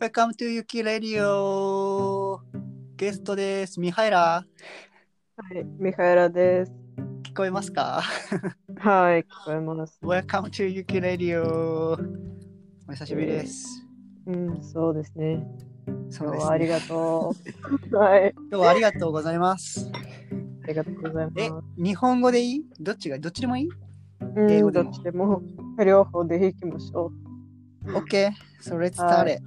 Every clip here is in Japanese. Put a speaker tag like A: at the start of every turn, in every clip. A: Welcome to Yuki Radio! ゲストです。ミハエラ、
B: はい、ミカエラです。
A: 聞こえますか
B: はい、聞こえます。
A: ?Welcome to Yuki Radio! お久しぶりです。
B: うん、そうですね。
A: そう
B: 今日
A: です
B: はあり
A: ね、
B: がと う。はい、
A: 今日はありがとうございます。
B: ありがとうござい
A: え
B: ます。、
A: 日本語でいいどっちがどっちでもいい
B: うん
A: 英語で
B: ど
A: も
B: っちでも両方でいきましょ
A: ?OK! それ let's
B: は
A: start it!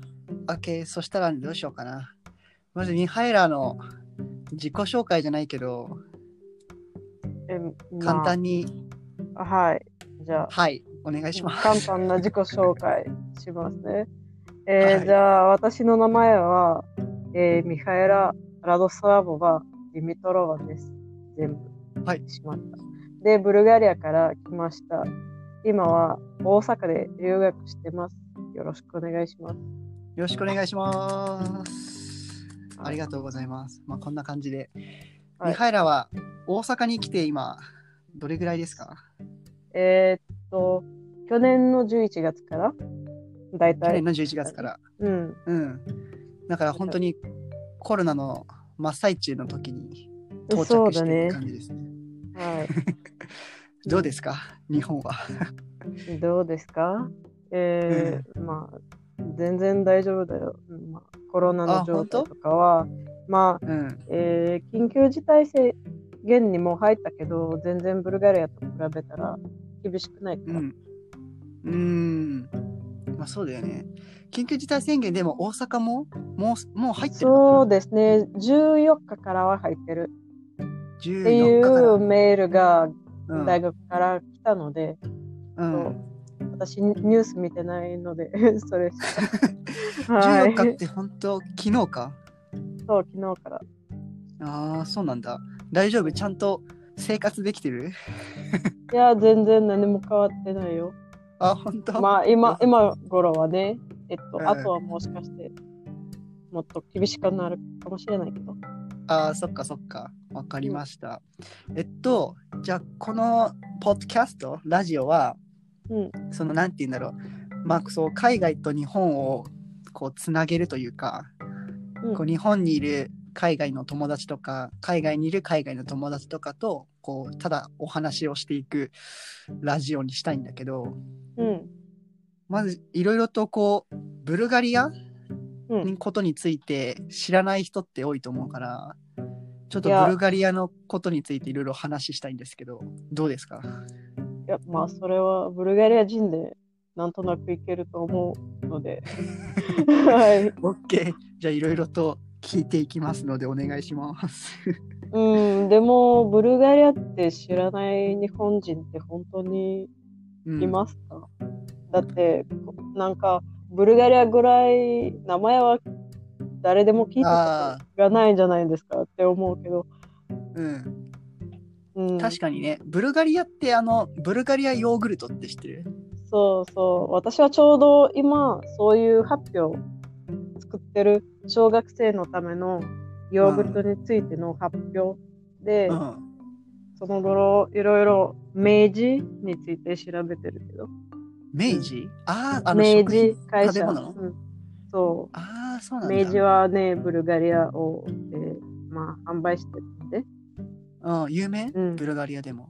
A: OK! そしたらどうしようかな。まずミハエラの自己紹介じゃないけど、
B: う。えまあ
A: 簡単に、
B: はい、じゃあ、
A: はい、お願いします。
B: 簡単な自己紹介しますね。えー
A: はい
B: じゃあ、私の名前は、えーミハエラ・ラドスラボバ・ディミトロワです。全部。
A: はい
B: しまった。で、ブルガリアから来ました。今は大阪で留学してます。よろしくお願いします。
A: よろしくお願いします。ありがとうございます。まあ、こんな感じで。
B: はい
A: ミハイラは大阪に来て今、どれぐらいですか
B: えーっと、去年の11月からだい
A: 去
B: たい
A: 年、の11月から。
B: うん、
A: うん。だから本当にコロナの真っ最中の時に到
B: そう
A: 着
B: だ
A: してい
B: ね
A: る。感じですね。
B: はい。
A: どうですか日本は。
B: どうですかえーまあ、全然大丈夫だよ。うんまあ、コロナ
A: あ
B: の状態とかは、まあ、
A: うん。
B: えー緊急事態宣言にも入ったけど、全然ブルガリアと比べたら厳しくないか
A: う
B: ら。
A: ん。うーん。まあそうだよね。緊急事態宣言でも大阪ももうもう入ってる
B: そう
A: の
B: ですね、14日からは入ってるっ
A: 14
B: てい
A: 日から
B: うメールが
A: うん
B: 大学から来たので、
A: うん
B: そう私ニュース見てないので、 それし か。は
A: 14日っ
B: い、
A: て本当昨日か
B: そう、昨日から。
A: ああそうなんだ大丈夫ちゃんと生活できてる
B: いや、全然何も変わってないよ。
A: あ本当、
B: まあ今今頃はね、えっと、
A: うん
B: あとはもしかしてもっと厳しくなるかもしれないけど。
A: あーそっかそっかわかりました、えっとじゃあこのポッドキャストラジオは、
B: うん
A: そのなんて言うんだろうまあそう海外と日本をこうつなげるというか、
B: うん
A: こう日本にいる海外の友達とか海外にいる海外の友達とかとこうただお話をしていくラジオにしたいんだけど、
B: うん。
A: まずいろいろとこうブルガリア
B: うん
A: にことについて知らない人って多いと思うからちょっと
B: いや
A: ブルガリアのことについていろいろ話したいんですけどどうですか
B: いや、まあそれはブルガリア人でなんとなくいけると思うの で。はい。
A: ?OK じゃあいろいろと聞いていきますのでお願いします。
B: うん、でもブルガリアって知らない日本人って本当に
A: うん
B: いますか、だってこなんかブルガリアぐらい名前は誰でも聞いたことがないんじゃないですかって思うけど。
A: うん、
B: うん、
A: 確かにねブルガリアってあのブルガリアヨーグルトって知ってる
B: そうそう。私はちょうど今、そういう発表を作ってる小学生のためのヨーグルトについての発表で、
A: うん
B: その頃いろいろ明治について調べてるけど、
A: 明治あああの
B: 明
A: 食
B: 治
A: 品
B: 会社。
A: 食べ物の
B: うんそ
A: ああそうな
B: う。
A: んだ
B: 明治はね、ブルガリアを、えーまあ、販売してるんで。い
A: うん、有名、
B: うん
A: ブルガリアでも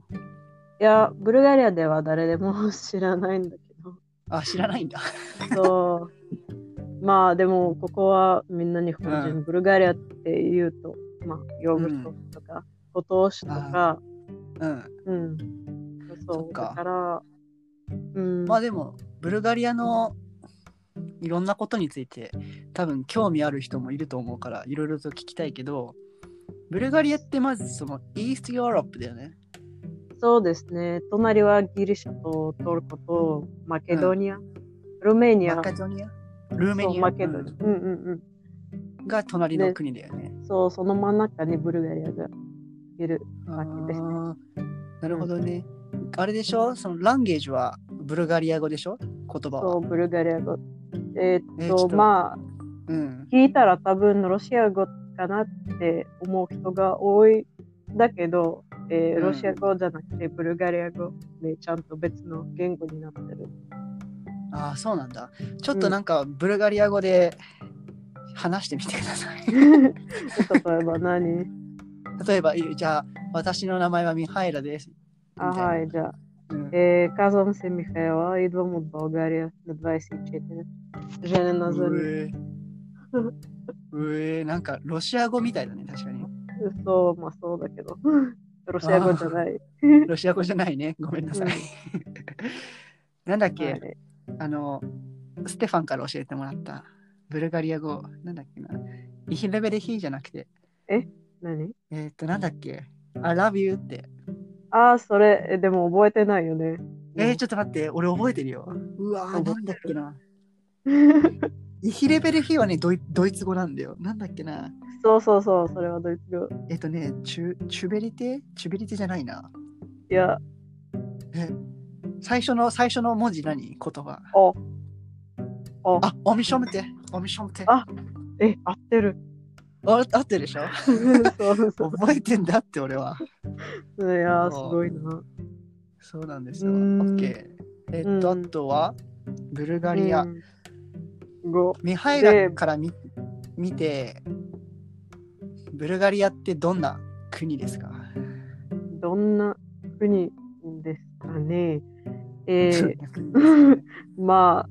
B: や、ブルガリアでは誰でも知らないんだけど。
A: あ知らないんだ
B: そう。まあでも、ここはみんな日本人、
A: う
B: ブルガリアって言うと、まあ、ヨーグルトとか、ご当主とか、
A: うん
B: うん。そう
A: そっか
B: だから、うん。
A: まあでもブルガリアのいろんなことについて多分興味ある人もいると思うからいろいろと聞きたいけどブルガリアってまずそのイーストヨーロッパだよね。
B: そうですね。隣はギリシャとトルコとマケドニア、ルーメニア、
A: マケドニアルーメ
B: そ
A: ニ
B: う
A: ア
B: マケドニア。うんうん
A: うんが隣の国だよね。
B: うん。そう、その真ん中にブルガリアがいる。
A: あ
B: マケです
A: ーなるほどね。あれでしょそのランゲージはブルガリア語でしょ言葉
B: そ
A: は。
B: う、ブルガリア語。えー
A: えー
B: っ
A: ちょっ
B: と、
A: と
B: まあ、
A: うん。
B: 聞いたら多分ロシア語かなって思う人が多いだけど、えー
A: うん
B: ロシア語じゃなくてブルガリア語でちゃんと別の 言語になってる。
A: ああそうなんだ。ちょっとなんかブルガリア語で話してみてくだ さい。
B: 例えば何
A: 例えば、いじゃあ、私の名前はミハイラです。
B: А,
A: Да.
B: Ага, да.
A: うん、
B: Е, казвам се Михайла, идвам от България на 24. Женен на
A: う
B: Зали.
A: えうえなんかロシア語みたいだね、確かに。
B: そう、まあそうだけど。ロシア語じゃない。
A: ロシア語じゃない ね、ごめんなさい。
B: うん
A: なんだっけ、
B: はい
A: あの、ステファンから教えてもらった、ブルガリア語、なんだっけな、イヒレベレヒーじゃなくて、
B: 何
A: えーっと、なんだっけ、I love you って。
B: ああ、それ、えでも覚えてないよね。
A: えー、ちょっと待って、俺覚えてるよ。うわ
B: 覚え
A: ー、
B: てる
A: なんだっけな。イヒレベレヒーはねドイ、ドイツ語なんだよ。なんだっけな。
B: そうそうそう、それはドイツ語。
A: えーっとね、チュチュベリテチュベリテじゃないな。
B: いや、
A: 最初の、最初の文字何言葉。
B: おお
A: あ、おみしょむて。おみしょむて。
B: あえ、合って る。
A: あ合ってるでしょ
B: そうそ
A: 覚えてんだって俺は。
B: う。いやー、すごいな。
A: そうなんですよ。
B: う
A: オ
B: ーん
A: ッケー。えっと、
B: うん
A: あとは、ブルガリア。
B: うん。語。
A: ミハイ
B: で
A: ラから見見て、ブルガリアってどんな国ですか
B: どんな国ですかね。えー、まあ、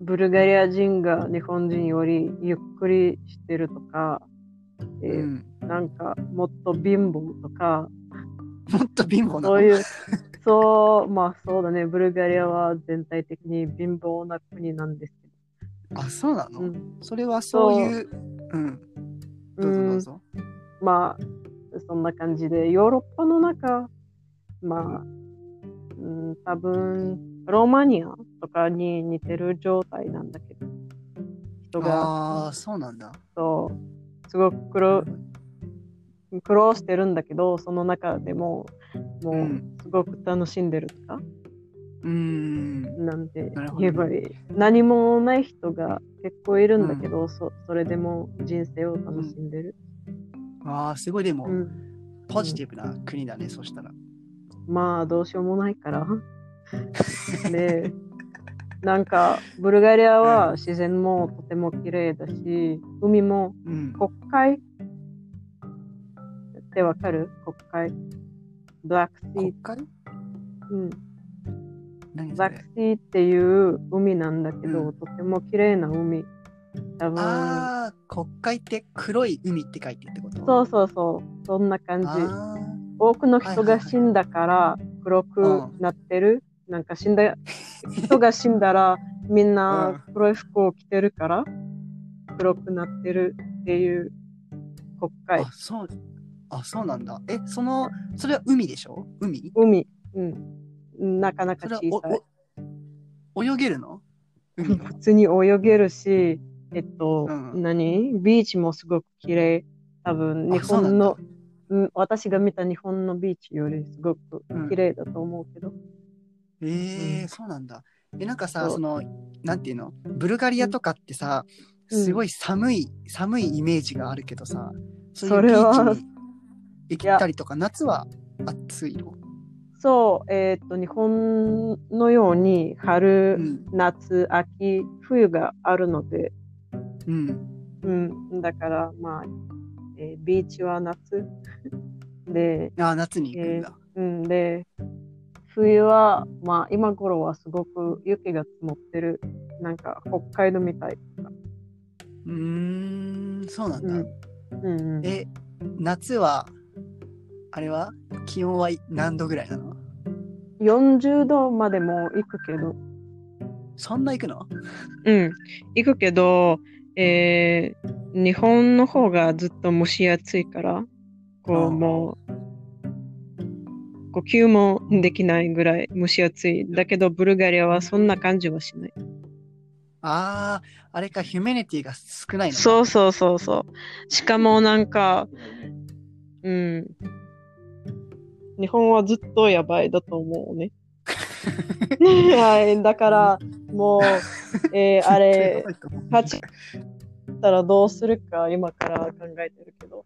B: ブルガリア人が日本人よりゆっくりしてるとか、え
A: う
B: ー
A: ん、
B: なんかもっと貧乏とか、
A: もっと貧乏な
B: そ
A: の
B: ういう、そう、まあそうだね、ブルガリアは全体的に貧乏な国なんですけ
A: あ、そうなの、
B: ど、
A: それはそういう、うん、どうぞどうぞ。
B: うんまあ、そんな感じで、ヨーロッパの中、まあ、うん、多分、ロマニアとかに似てる状態なんだけど、人
A: あ
B: が
A: あ、、そうなんだ。
B: そう、すごく苦労苦労してるんだけど、その中でも、も
A: う、
B: うんすごく楽しんでるとか、
A: うーん。
B: なんて
A: なるほど
B: 言えばいい。何もない人が結構いるんだけど、そそれでも人生を楽しんでる。
A: ああ、すごい、でも、
B: うん
A: ポジティブな国だね、そしたら。
B: まあ、どうしようもな いから。で、なんか、ブルガリアは自然もとても綺麗だし、海も
A: うん。
B: 国会ってわかる国会。ブラックシー
A: 国、会
B: うん、
A: 何そ
B: ザク
A: れ
B: シーっていう海なんだけど、
A: うん
B: とても綺麗な海。多分
A: ああ、国会って黒い海って書いてってこと
B: そううそうそう、そんな感じ。
A: あー
B: 多くの人
A: はいはい
B: が
A: はい
B: 死んだから黒くなってる。なんか死んだ人が死んだらみんな黒い服を着てるから黒くなってるっていう国会
A: あ、そう。あ、そうなんだ。え、その、それは海でしょ海
B: 海、うん、なかなか
A: それは
B: 小さい。
A: おお泳げるの海は
B: 普通に泳げるし、えっと、
A: うん
B: 何ビーチもすごく綺麗。多分、日
A: あそうなん
B: 本
A: だ
B: の、うん私が見た日本のビーチよりすごく
A: うん
B: 綺麗だと思うけど。
A: えー
B: うん
A: そうなんだ。え、なんかさ、
B: そう
A: その、なんていうのブルガリアとかってさ、
B: うん
A: すごい寒い、寒いイメージがあるけどさ、そうい
B: そう
A: ビ
B: れは
A: ーチに行ったりとか、夏は暑いの。
B: そう、えっと、日本のように春、
A: うん。
B: 夏、秋、冬があるので、
A: うん。
B: うん、だから、まあ、えービーチは夏。 で、
A: あー夏に行くんだ。
B: うんで、冬は、まあ、今頃はすごく雪が積もってる。なんか、北海道みたい。
A: うーん、そうなんだ。
B: うんうんうん、
A: え、夏は、あれは気温はい何度ぐらいなの
B: 40度までも行くけど。
A: そんな行くの
B: うん。行くけど、えー日本の方がずっと蒸し暑いから、こ
A: あー
B: う、もう、呼吸もできないぐらい蒸し暑い。だけど、ブルガリアはそんな感じはしない。
A: ああ、あれか、ヒュメニティが少ないのか。
B: そうそうそうそう。しかもなんか、うん。日本はずっとやばいだと思う ね。はい、だから、もう、えーあ れ、勝ちたらどうするか今から考えてるけど。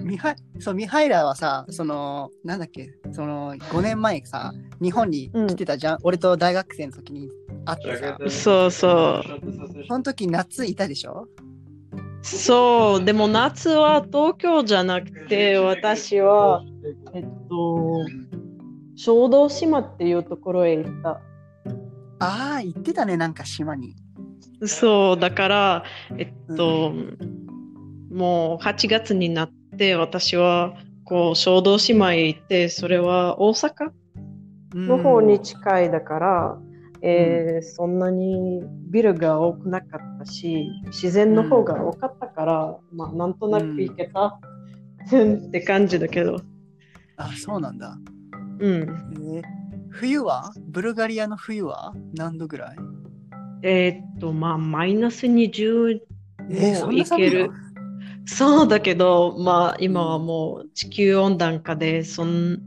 A: ミハそうミハイラはさそのなんだっけその5年前さ日本に来てたじゃん、俺と大学生の時にあってさ、
B: そうそう
A: その時夏いたでしょ
B: そう、でも夏は東京じゃなくて、私は、えっと、
C: 小豆島っていうところへ行った。
A: ああ、行ってたね、なんか島に。
B: そう、だから、えっと、もう8月になって、私は、こう、小豆島へ行って、それは大阪
C: の方
A: う
C: に
A: ん
C: 近いだから、えーそんなにビルが多くなかったし自然の方が多かったから、まあなんとなく行けた、
B: って感じだけど。
A: あ、そうなんだ。
B: うん。
A: えー冬はブルガリアの冬は何度ぐらい
B: えっと、まあ、マイナス20
A: えー
B: も
A: そ
B: うん
A: ない寒い
B: け
A: の
B: る。そうだけど、まあ、今はもう地球温暖化で、そ ん、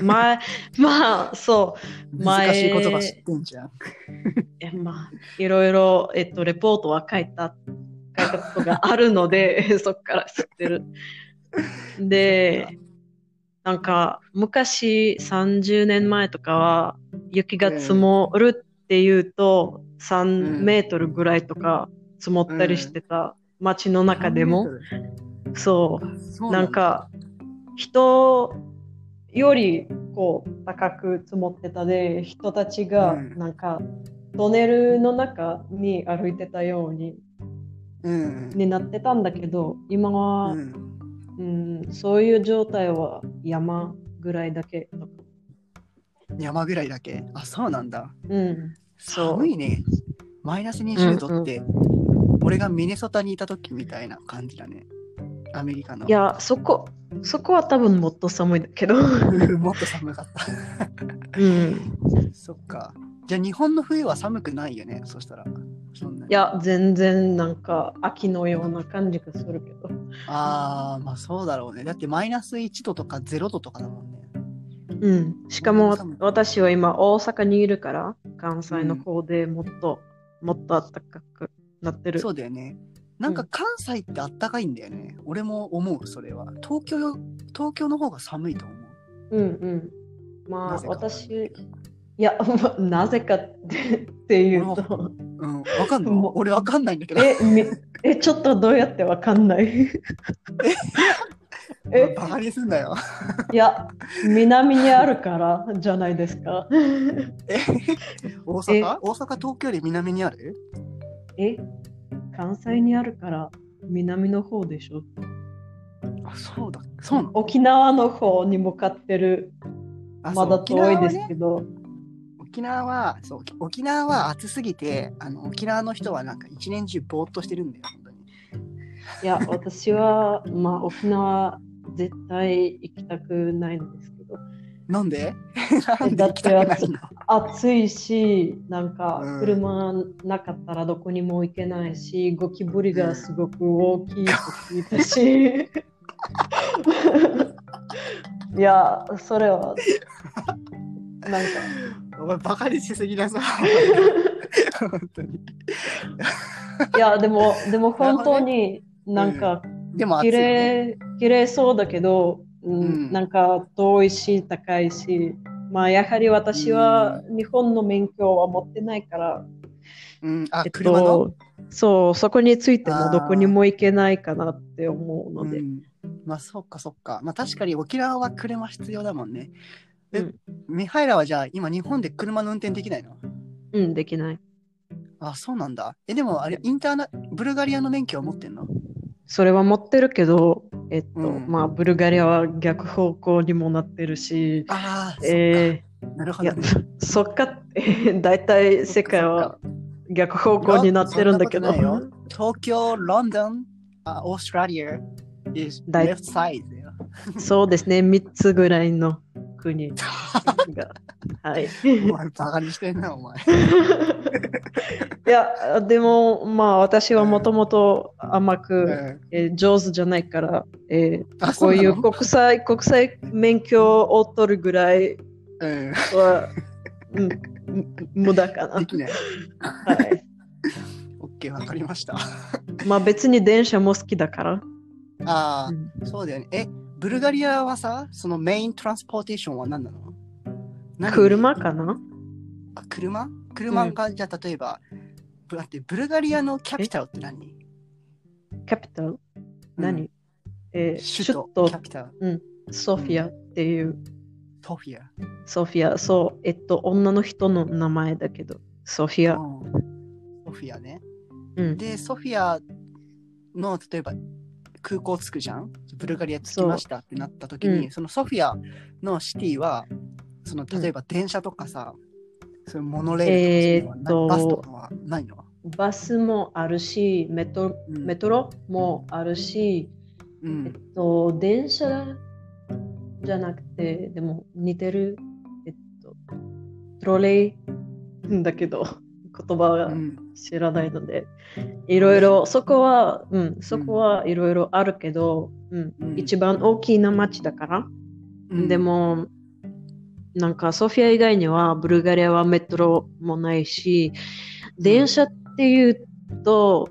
B: まあ、まあ、そう、前
A: 難しいことが知ってんじゃん。
B: えまあ、いろいろ、えっと、レポートは書いた、書いたことがあるので、そっから知ってる。で、なんか、昔、30年前とかは、雪が積もるっていうと、3メートルぐらいとか積もったりしてた、街の中でも。そう。
A: そう
B: なんか人よりこう高く積もってたで人たちが
A: うん
B: なんかトンネルの中に歩いてたように
A: うん
B: になってたんだけど今
A: う
B: は、うん
A: ん
B: そういう状態は山ぐらいだけとか、
A: 山ぐらいだけあそうなんだ
B: うん、そう
A: 寒いねマイナス20度って、俺がミネソタにいた時みたいな感じだねアメリカの
B: いやそこそこは多分もっと寒いだけど、
A: もっと寒かった
B: うん、
A: そっかじゃあ日本の冬は寒くないよねそしたらそんなに
B: いや全然なんか秋のような感じがするけど
A: ああまあそうだろうねだってマイナス1度とか0度とかだもんね
B: うん、しかも
A: 寒い
B: 私は今大阪にいるから関西の方でもっと、もっと暖かくなってる
A: そうだよねなんか関西ってあったかいんだよね、俺も思うそれは東京よ東京の方が寒いと思う
C: うんうんま
A: な
C: あ
A: ぜか
C: 私い や、まあなぜかってっていうと
A: うん、わかんない
B: もう。
A: 俺わかんないんだけど。
B: えみえちょっとどうやってわかんない え
A: バカにすんなよ。
B: いや南にあるからじゃないですか
A: え 大
B: え
A: 阪大阪、東京より南にある
B: え関西にあるから南の方でしょ
A: あ、そうだ。そうなの
B: 沖縄の方に向かってる
A: あ
B: まだ
A: そう
B: 遠いで
A: 沖縄は
B: す
A: ね
B: けど、
A: 沖縄は、そう、沖縄は暑すぎて、あの沖縄の人はなんか一年中ぼーっとしてるんだよ、本当に。
C: いや私はまあ沖縄絶対行きたくないんですけど
A: なんで なんで
C: だっ
A: 行き
C: て
A: たくない の
C: 暑いしなんか
A: うん
C: 車なかったらどこにも行けないし、ゴキブリがすごく大きいと聞いたしいやそれはなんか
A: お前バカにしすぎな さい。本当に。
C: いやでもでも本当になんか
A: でも暑い
C: 綺
A: よね、
C: 麗綺麗そうだけど、うん
A: うん
C: なんか遠いし高いしまあやはり私は日本の免許は持ってないから、
A: うん、あ、
B: えっ
A: 車の、
B: と、そうそこについて
A: あー
B: もどこにも行けないかなって思うので、
A: うん、まあそっかそっか。まあ確かに沖縄は車必要だもんね。え、
B: うん
A: ミハイラはじゃあ今日本で車の運転できないの
B: うん、できない
A: あ、そうなんだ。え、でもあれ、インターナ、ブルガリアの免許を持ってんの
B: それは持ってるけど、えっと、
A: うん
B: まあ、ブルガリアは逆方向にもなってるし、
A: ああ、
B: え
A: なるほ
B: ー、
A: ど
B: いや
A: ね。、
B: そっか、えー 大体世界は逆方向になってるんだけ
A: い
B: ど
A: や、そんなこと東京、ロンドン、あオーストラリア、is
B: だい
A: left side だよ。
B: そうですね、3つぐらいの 国が。はい。
A: お前、バカにしてんな、お前。
B: いや、でも、まあ、私はもともと甘く、
A: うん
B: えー上手じゃないから、えー
A: あ、
B: こういう
A: そ
B: 国際、国際免許を取るぐらい
A: なの
B: は、うん、無駄か
A: うん、
B: な
A: で。きない。
B: はい。
A: オッケー、わかりました。
B: まあ別に電車も好きだから。
A: ああ、
B: うん
A: そうだよね。え、ブルガリアはさ、そのメイントランスポーテーションは何なの何
B: 車かな
A: あ、車車が、じゃあ例えば、ブラってブルガリアのキャピタルって何
B: キャピタル
A: うん
B: 何えー
A: 首都
B: 首
A: キャ
B: 都
A: ピタル、
B: ソフィアっていう、
A: ソフィア。
B: ソフィア、そう、えっと、女の人の名前だけど、ソフィア。
A: うんソフィアね。
B: うん、
A: で、ソフィアの、例えば、空港着くじゃんブルガリア着きましたってなった時に、
B: うん
A: そのソフィアのシティは、その例えば電車とかさ、そういうモノレールとかそういうのはなバスと
B: えーっと
A: かはないの
B: バスもあるし、メト
A: うん
B: メトロもあるし、
A: う
B: えっ
A: ん。
B: と、電車じゃなくて、でも似てる、えっと、トロレイんだけど、言葉
A: う
B: が
A: ん
B: 知らないので、いろいろ、そこは、うん、そこはいろいろあるけど、うん、
A: うん
B: 一番大きな町だから、
A: うん
B: でも、なんかソフィア以外にはブルガリアはメトロもないし、電車っていうと、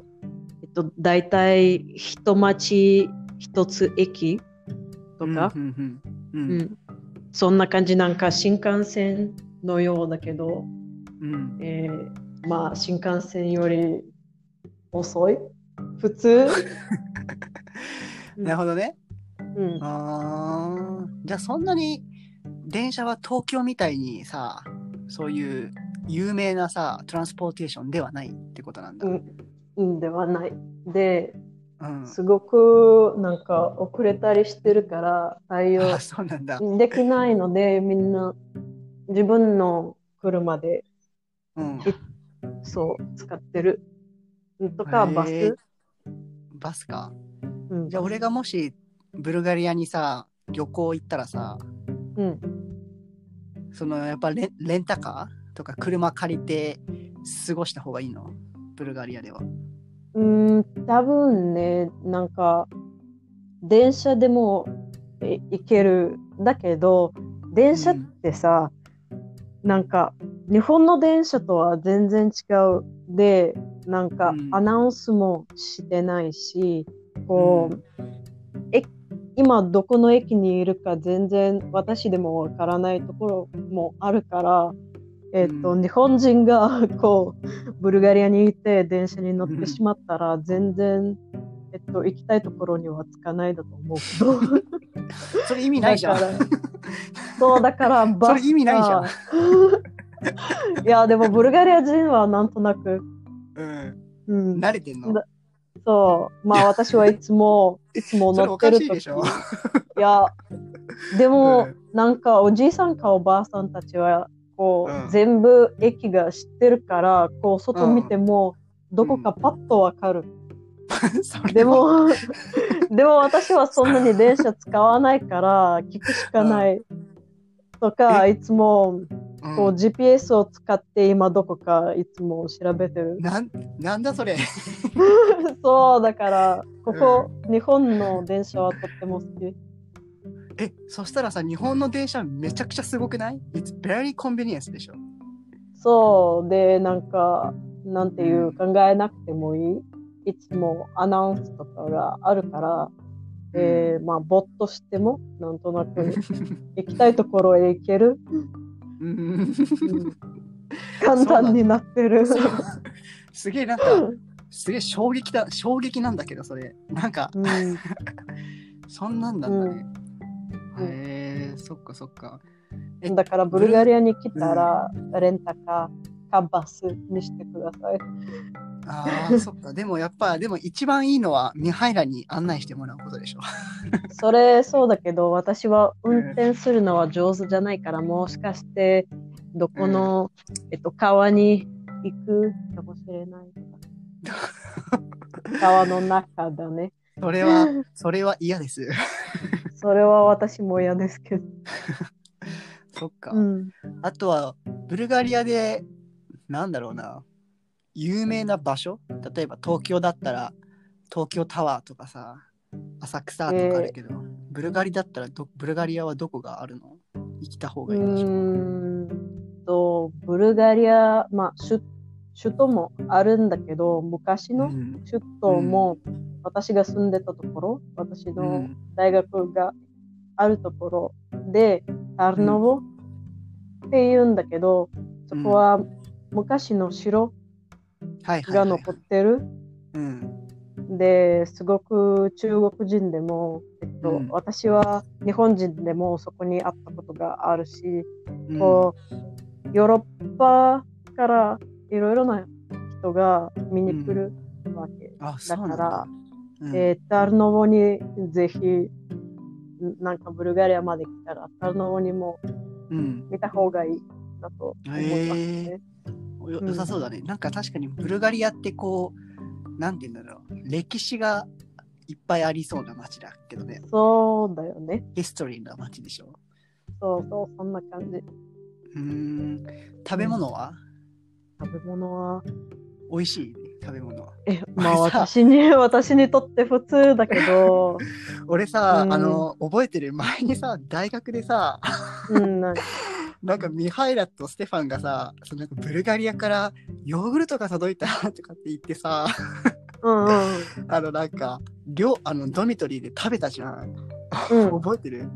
B: えっと、大体一町一つ駅とか
A: う、んうんう
B: うんんそんな感じなんか新幹線のようだけど、
A: うんうん
B: えーまあ新幹線より遅い普通、
A: なるほどね。
B: うん、
A: あーじゃあそんなに電車は東京みたいにさ、そういう有名なさ、トランスポーテーションではないってことなんだ。
B: うんではない。で、
A: うん
B: すごくなんか遅れたりしてるから対応
A: あそうなんだ。
B: できないのでみんな自分の車で
A: うん、
B: そう使ってると
A: へ
B: か
A: ー
B: バス、
A: バスか。
B: うん
A: じゃあ俺がもしブルガリアにさ旅行行ったらさ
B: うん、
A: そのやっぱレンレンタカーとか車借りて過ごした方がいいのブルガリアでは。
B: うん、多分ねなんか電車でもえ行けるだけど電車ってさ、なんか日本の電車とは全然違うでなんか
A: うん
B: アナウンスもしてないし、こう、え今どこの駅にいるか全然私でもわからないところもあるから、えっと
A: うん
B: 日本人がこうブルガリアにいて電車に乗ってしまったら全然、えっと、行きたいところには着かないだと思うけど。
A: それ意味ないじゃん。
B: だからそうだからバ ス
A: それ意味ないじゃ
B: ん。いやでもブルガリア人はなんとなく、
A: うん、
B: うん、
A: 慣れてんの
B: だそうまあ私はいつもいつも
A: それ
B: 乗
A: お
B: っ
A: か
B: て
A: し
B: る
A: い
B: 時
A: でしょ。
B: いやでも、
A: うん
B: なんかおじいさんかおばあさんたちはこう、
A: うん
B: 全部駅が知ってるからこう外見ても、どこかパッとわかる、
A: それは
B: でもでも私はそんなに電車使わないから聞くしかない、とかいつも
A: うん
B: こう GPS を使って今どこかいつも調べてる
A: なんなんだそれ。
B: そうだからここ、日本の電車はとっても好き
A: えそしたらさ日本の電車めちゃくちゃすごくない ?It's very convenience でしょ。
B: そうでなんかなんていううん考えなくてもいい、いつもアナウンスとかがあるから、えーまあぼっとしてもなんとなく行きたいところへ行ける、
A: うん
B: うん簡単になってる
A: そう
B: う
A: すげえなんかすげえ衝撃だ衝撃なんだけどそれなんか
B: ん
A: そんなんだったね。
B: うん
A: へえそっかそっか。え
B: だからブルガリアに来たら、レンタカーかバスにしてください
A: ああそっかでもやっぱでも一番いいのはミハイラに案内してもらうことでしょ。
B: それそうだけど私は運転するのは上手じゃないからもしかしてどこの、えっと、川に行くかもしれない とか川の中だね
A: それはそれは嫌です。
B: それは私も嫌ですけど、
A: そっか。
B: うん、
A: あとはブルガリアでなんだろうな有名な場所例えば東京だったら東京タワーとかさ浅草とかあるけど、ブルガリだったらどブルガリアはどこがあるの行きた方
B: う
A: がいいでしょ
B: ーんとブルガリア、まあ、首首都もあるんだけど昔の
A: ん
B: 首都も私が住んでたところ私
A: う
B: の
A: ん
B: 大学があるところで、タルノボっていうんだけど、そこは昔の城
A: はいはい、
B: が
A: はい。
B: 残ってる、
A: うん。
B: ですごく中国人でも、えっと
A: うん
B: 私は日本人でもそこにあったことがあるし、
A: うん
B: こうヨーロッパからいろいろな人が見に来るわけ、
A: あ、そ
B: だ
A: う
B: か
A: なん
B: ら
A: だ。うん
B: えータルノボにぜひなんかブルガリアまで来たらタルノボにも
A: うん。
B: 見た方がいいなと思いますね。
A: よ
B: うん
A: 良さそうだね。なんか確かにブルガリアってこう、なんて言うんだろう。歴史がいっぱいありそうな街だけどね。
B: そうだよね。
A: ヒストリーな街でしょ。
B: そうそう、そんな感じ。
A: うーん。食べ物は、
B: 食べ物は
A: 美味しい食べ物は。
B: え、ま あ
A: これさ
B: 私に、私にとって普通だけど、
A: 俺さ、
B: うん
A: あの、覚えてる 前にさ、大学でさ、
B: うん、なんか
A: なんかミハイラとステファンがさ、そのなんかブルガリアからヨーグルトが届いたとかって言って さ、
B: うんうん
A: あのなんか、寮、あの、ドミトリーで食べたじゃん。
B: うん。
A: 覚えてる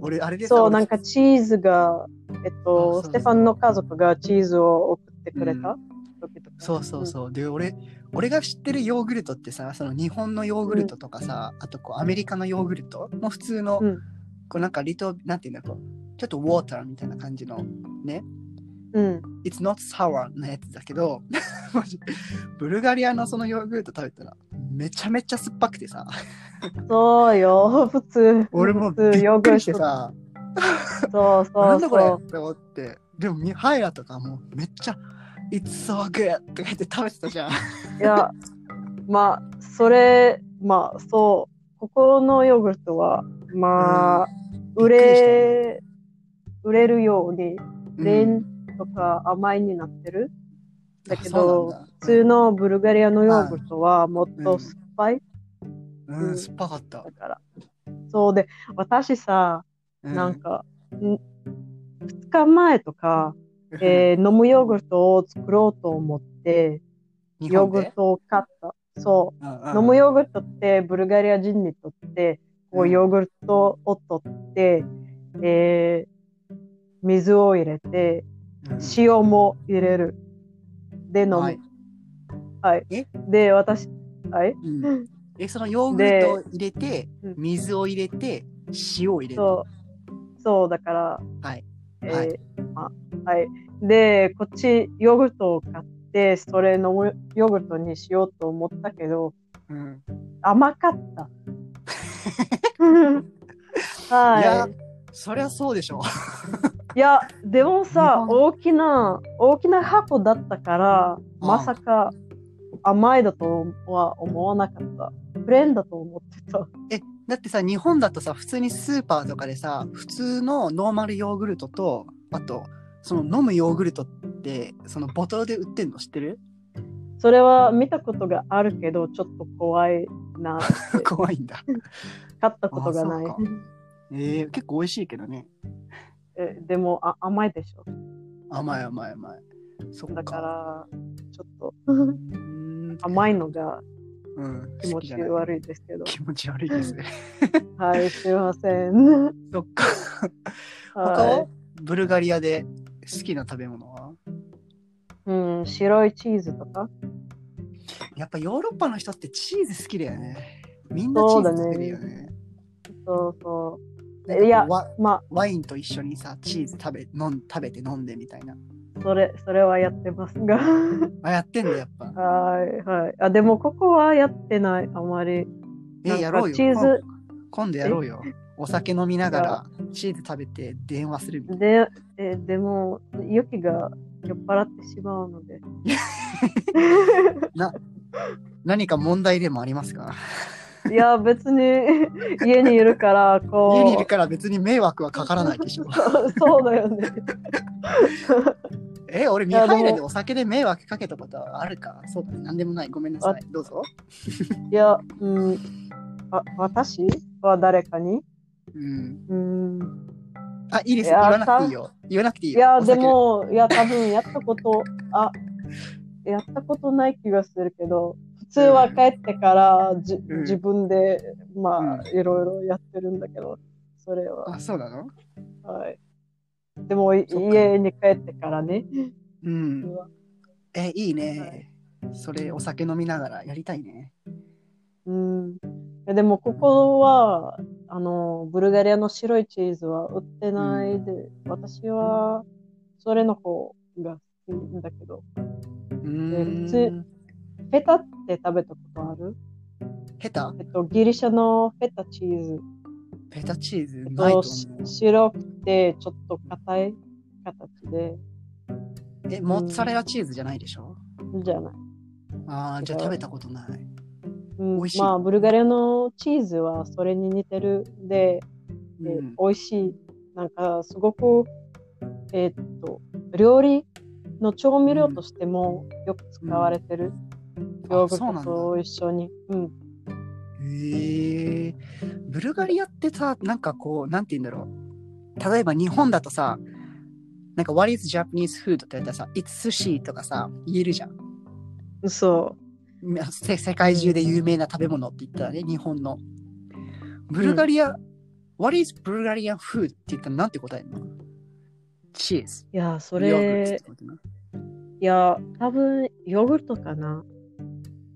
A: 俺、あれでさ
B: そう、
A: 俺
B: なんかチーズが、えっ
A: あそうそ
B: と、
A: う
B: ステファンの家族がチーズを送ってくれ
A: う
B: た時とか。
A: そうそうそう。で、俺、俺が知ってるヨーグルトってさ、その日本のヨーグルトとかさ、あとこうアメリカのヨーグルトもう普通の、
B: うん
A: こうなんかリト、なんていうんだろう、ちょっとウォーターみたいな感じの、
B: うん。
A: It's not sour のやつだけど、 マジブルガリアのそのヨーグルト食べたら、めちゃめちゃ酸っぱくてさ、
B: そうよ、 普通。
A: 俺もび
B: 普通、ヨ
A: っ
B: ーグ
A: くり
B: ル
A: して
B: ト。
A: さ、
B: そうそ
A: なん
B: う
A: だこれ
B: そう。
A: って思って、でもミハイラとかもうめっちゃ、It's so good! とか言って食べてたじゃん。
B: いや、まあ、それ、まあ、そう、ここのヨーグルトは、まあ、
A: うん
B: 売れ、売れるように、レ
A: う
B: ン
A: ん
B: とか甘いになってる。だけ
A: あそう
B: ど
A: なんだ、
B: 普通のブルガリアのヨーグルトはもっ
A: うん
B: と酸っぱい
A: うん、
B: うん
A: 酸っぱかった
B: だ。から。そうで、私さ、
A: う
B: なんか、ん2日前とか、えー飲むヨーグルトを作ろうと思って、
A: 日
B: ヨー
A: 本
B: グ
A: で
B: ルトを買った。そう。
A: うん
B: 飲むヨーグルトってブルガリア人にとってこ
A: う
B: うんヨーグルトを取って、えー水を入れて
A: うん
B: 塩も入れるで飲む、
A: は
B: はいい
A: え
B: で私はい
A: うんえそのヨーグルトを入れて
B: うん
A: 水を入れて塩を入れる
B: そうそうだから
A: はい
B: えー
A: はい
B: まあはい、でこっちヨーグルトを買ってそれ飲むヨーグルトにしようと思ったけど
A: うん
B: 甘かった はいい
A: やそりゃそうでしょ
B: いや、でもさ、
A: 日本
B: 大きな、大きな箱だったから、
A: うん
B: まさか甘いだとは思わなかった。プレーンだと思ってた。
A: だってさ日本だとさ普通にスーパーとかでさ普通のノーマルヨーグルトとあとその飲むヨーグルトってそのボトルで売ってんの知ってる
B: それは見たことがあるけど、ちょっと怖いな。
A: 怖いんだ
B: 買ったことがない
A: あ。そうえー、結構美味しいけどね
B: えでもあ、甘いでしょ。
A: 甘い甘い甘いそっ
B: だから、ちょっ と
A: うーん
B: 甘いのが
A: うん
B: 気
A: 好
B: 持
A: きじ
B: ち
A: ゃない
B: 悪いですけど。
A: 気持ち悪いですね
B: はい、すいませ ん。
A: そっか。他
B: は。
A: はブルガリアで好きな食べ物はい
B: うん、白いチーズとか。
A: やっぱヨーロッパの人ってチーズ好きだよね。みんなチーズ食べるよね。
B: そうそ
A: なんかこう
B: いや
A: ワ
B: う。ま
A: ワインと一緒にさ、チーズ食べ飲ん食べて飲んでみたいな。
B: あ、それ、それはやってます が。
A: あ、やってんだ、やっぱ。
B: はいはい。あ、でもここはやってない、あまり。
A: え
B: なんか
A: やろうよ。
B: チーズ
A: 今今度やろうよ。お酒飲みながらチーズ食べて電話するみたいな。
B: で、えでも、ユキが酔っ払ってしまうので。
A: 何か問題でもありますか
B: いや、別に家にいるから、こう。
A: 家にいるから別に迷惑はかからないでしょ。
B: そう そうだよね。
A: え、俺、ミ
B: や
A: ハイ
B: で
A: ラ
B: も
A: でお酒で迷惑かけたことはあるかそうだね。なんでもない。ごめんなさい。どうぞ。
B: いや、うん。あ、私は誰かに
A: うん。
B: うん。
A: あ、いいです。
B: い
A: 言
B: や
A: わなくていいよ。言わなくていい
B: い
A: よ。
B: や、
A: お酒
B: でも、いや、多分やったこと、あ、やったことない気がするけど、普通は帰ってからじ、
A: ん
B: 自分で、ま
A: う
B: あ、いろいろやってるんだけど、それは、
A: あ、そうなの
B: はい。でも、い
A: そっか
B: 家に帰ってからね、
A: うん。
B: うわ
A: え、いいね。それ、お酒飲みながらやりたいね。
C: うん。えでも、ここは、あの、ブルガリアの白いチーズは売ってないで、私は、それの方が好きだけど、
A: うー
C: えつ
A: ん。
C: フェタって食べたことある
A: ペタ
C: えっと、ギリシャのフェタチーズ。
A: ペタチーズ
C: えっ
A: ないと
C: と、
A: 思
C: し白くて、ちょっと硬い形で、
A: う。え、モッツァレラチーズじゃないでしょ
C: じゃない。
A: ああ、じゃあ
C: 違う
A: 食べたことない。
C: うん
A: 美味しい
C: まあ、ブルガリアのチーズはそれに似てるで、
A: う
C: で
A: ん。
C: 美味しい。なんか、すごく、えーっと、料理の調味料としてもよく使われてる。ヨー
A: あそう
C: グ
A: なん
C: ル
A: だ
C: トと一緒に。うん。
A: へえブルガリアってさ、なんかこう、なんて言うんだろう。例えば日本だとさ、なんか What is Japanese food? って言ったらさ、It's sushi とかさ、言えるじゃん。
B: そ
A: せ世界中で有名な食べ物って言ったらね、日本の。ブルガリア、What is ブルガリアン food? って言ったらなんて答えるのチーズ。
B: う。いや、そ
A: ヨーグルトっ
B: れ
A: て、ことね
B: いや、多分、ヨーグルトかな。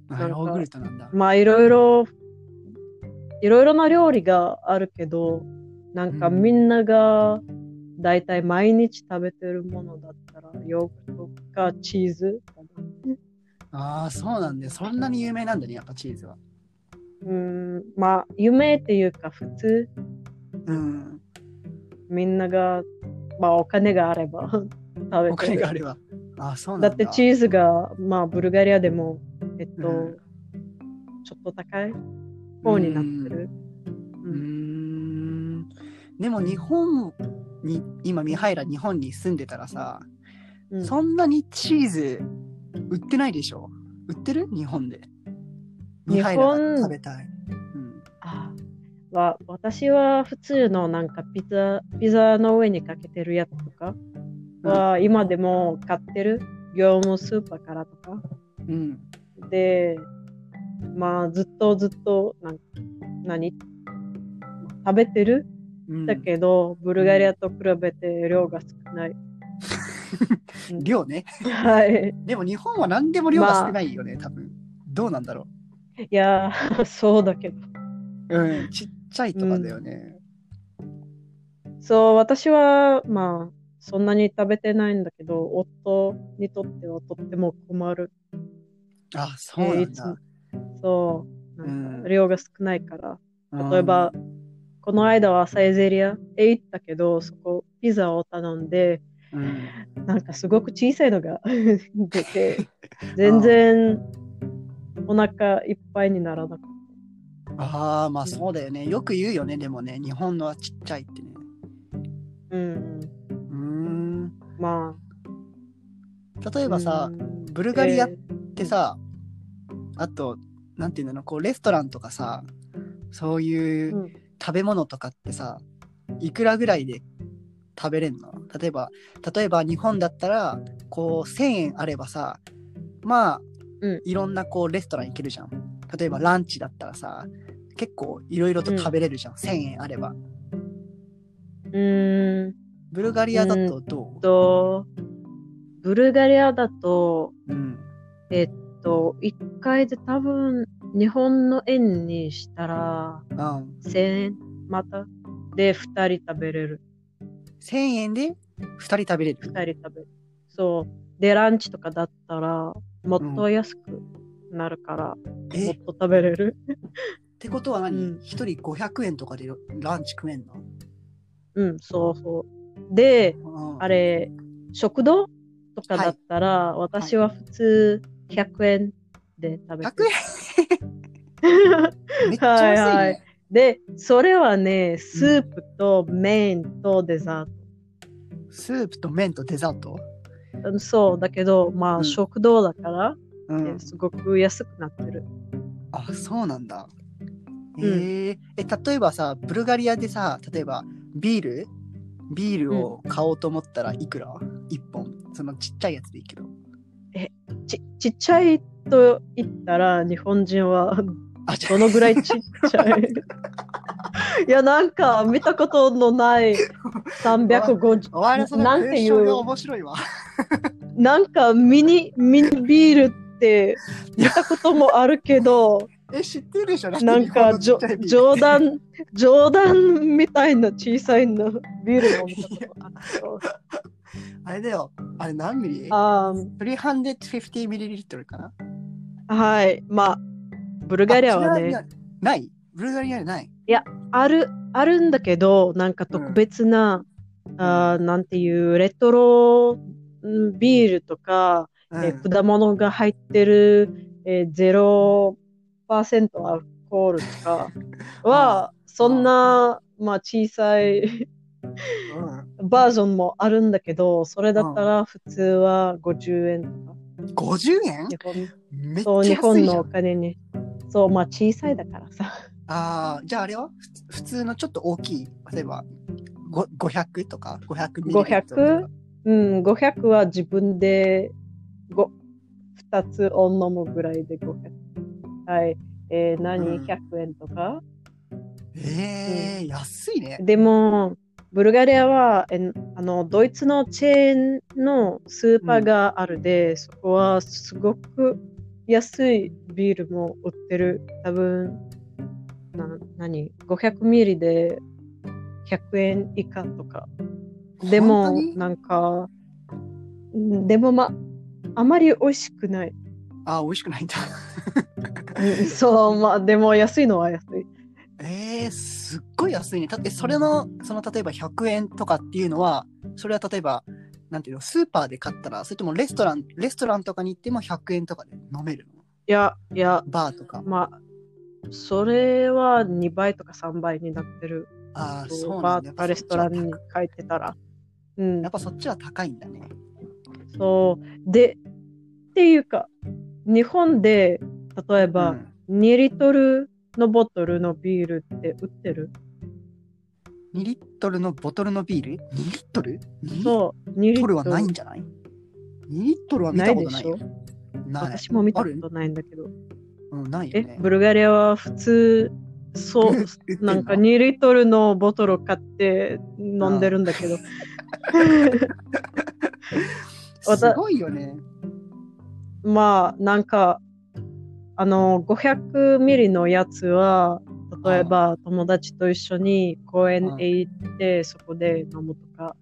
A: あ
B: なんか
A: ヨーグルトなんだ。
B: まあいろいろいろいろな料理があるけどなんか
A: うん
B: みんながだいたい毎日食べてるものだったらヨーグルトかチーズかな
A: ああ、そうなんだよ。そんなに有名なんだね、やっぱチーズは。
B: うんまあ夢っていうか普通
A: うん。
B: みんながまあお金があれば食べ
A: お
B: て
A: 金
B: る
A: があれば。ああ、そう
B: だ
A: なんだ。
B: ってチーズがまあブルガリアでもえっと、
A: うん
B: ちょっと高い方になってる、
A: うーんでも日本に今ミハイラ日本に住んでたらさ、
B: うん
A: そんなにチーズ売ってないでしょ売ってる日本でミ
B: 日本
A: ハイラが食べたい、うん、
B: あは私は普通のなんかピザピザの上にかけてるやつとかは今でも買ってる業務スーパーからとか
A: うん、
B: でまあずっとずっとなん何食べてる
A: うん
B: だけど、ブルガリアと比べて量が少ない
A: 量ね
B: はい
A: でも日本は何でも量が少ないよね、多分どうなんだろ
B: いやーそうだけど
A: う、うん、ちっちゃいとかだよね、
B: そう私はまあそんなに食べてないんだけど夫にとってはとっても困る
A: あそうなん
B: えーい
A: だ、
B: そう。なん
A: うん
B: か量が少ないから。
A: うん
B: 例えば、この間はサイゼリアへ行ったけど、そこピザを頼んで、
A: うん
B: なんかすごく小さいのが 出て、全然お腹いっぱいにならなくて。
A: ああまあそうだよねよく言うよねでもね日本のはちっちゃいってね
B: うん。
A: うーん
B: ま
A: 例え
B: あ。
A: ばさ、
B: うん
A: ブルガリア
B: え
A: ってさ、あと、なんていうの、こう、レストランとかさ、そうい
B: ーう
A: うん食べ物とかってさ、いくらぐらいで食べれんの例えば、例えば日本だったら、こう、1000円あればさ、まあ、
B: うん
A: いろんなこう、レストラン行けるじゃん。例えば、ランチだったらさ、結構いろいろと食べれるじゃん、1000円あれば。
B: うーん
A: ブルガリアだとどう
B: と、ブルガリアだと、
A: うん。
B: えっと、1回で多分日本の円にしたら、
A: うん、
B: 1000円またで2人食べれる
A: 1000円で2人食べれる。
B: 2人食べるそうでランチとかだったらもっと安くなるから、も
A: え
B: っと食べれる
A: ってことは
B: う
A: 何、
B: ん
A: 一 ?1 人500円とかでランチ食えんの
B: うんそうそうで
A: うん
B: あれ食堂とかだったら、私は普通100円で食べ
A: 100
B: てる、
A: 円めっちゃ安い、ね
B: はいはいでそれはねスープと麺とデザート
A: スープと麺とデザート、
B: うんそうだけどまあ、
A: うん
B: 食堂だから、
A: うん
B: ねすごく安くなってる
A: あそうなんだ、
B: うん
A: えーえ例えばさブルガリアでさ例えばビールビールを買おうと思ったらいくら、一 ?1 本そのちっちゃいやつでいいけど
B: ちちっちゃいと言ったら日本人は
A: あじゃ
B: どのぐらいちっちゃい いやなんか見たことのない350
A: お前らその
B: なんて
A: 文
B: い
A: 章が
B: う
A: 面白いわ
B: なんかミニ、ミニビールって見たこともあるけど、
A: え、知ってるでしょ
B: なんかじょ冗談、冗談みたいな小さいのビールも見たこ とある
A: あれだよ。あれ何ミリ
B: あ
A: ?350ml かな
B: ーはい。まあ、ブルガリアは
A: あ違う違
B: ね、
A: うないブルガリアにない。
B: ある、あるんだけど、なんか特別な、あーなんていう、レトロんビールとか、
A: うん
B: えー果物が入ってる、えー、0%アルコールとか は、そんな、まあ、小さい
A: うん
B: バージョンもあるんだけど、それだったら普通は50円とか、
A: 50円
B: 日本
A: めっちゃ
B: そう日
A: 安
B: 本
A: いじゃ
B: のお
A: ん。
B: 金に。そう、まあ小さいだからさ。
A: ああ、じゃああれはふつ普通のちょっと大きい。例えば、ご500とか ?500ml とか。
B: 500? うん、500は自分で5 2つを飲むぐらいで500。はい。えー何、
A: うん
B: ?100 円とか
A: ええー、安いね。
B: でも、ブルガリアはえあのドイツのチェーンのスーパーがあるで、そこはすごく安いビールも売ってる。多分な何 ?500 ミリで100円以下とか。でも
A: 本当、に
B: なんか、うんでもま、あまり美味しくない。
A: ああ、美味しくないんだ。
B: うんそう、まあ、でも安いのは安い。
A: えー、すっごい安いね。だってそれの、その例えば100円とかっていうのは、それは例えば、なんていうの、スーパーで買ったら、それともレストラン、レストランとかに行っても100円とかで飲めるの
B: いや、いや、
A: バーとか。
B: まあ、それは2倍とか3倍になってる。
A: ああ、そうな
B: バ
A: んだ。や
B: ーと
A: っ
B: か
A: ぱ
B: レストラ
A: そ
B: ン
A: っ
B: に
A: ちは
B: 書いてたら。うん
A: やっ、ぱそっちは高いんだね。
B: そう。で、っていうか、日本で、例えば、
A: うん
B: 2リットルのボトルのビールって売ってる、
A: 2リットルのボトルのビール ?2 リットル ?2 リッ
B: そう、2リッ
A: ト
B: トル
A: ルはないんじゃない ?2 リットルは見
B: な
A: た
B: い
A: こ
B: で
A: とない
B: し
A: よ
B: ょ。
A: ない。
B: 私も見たことないんだけど。
A: うん、ないよ
B: え、
A: ね。、
B: ブルガリアは普通、そう
A: 売っての
B: なんか2リットルのボトルを買って飲んでるんだけど。わ
A: す
B: た
A: ごいよね。
B: まあなんかあの500ミリのやつは例えば友達と一緒に公園へ行ってそこで飲むとか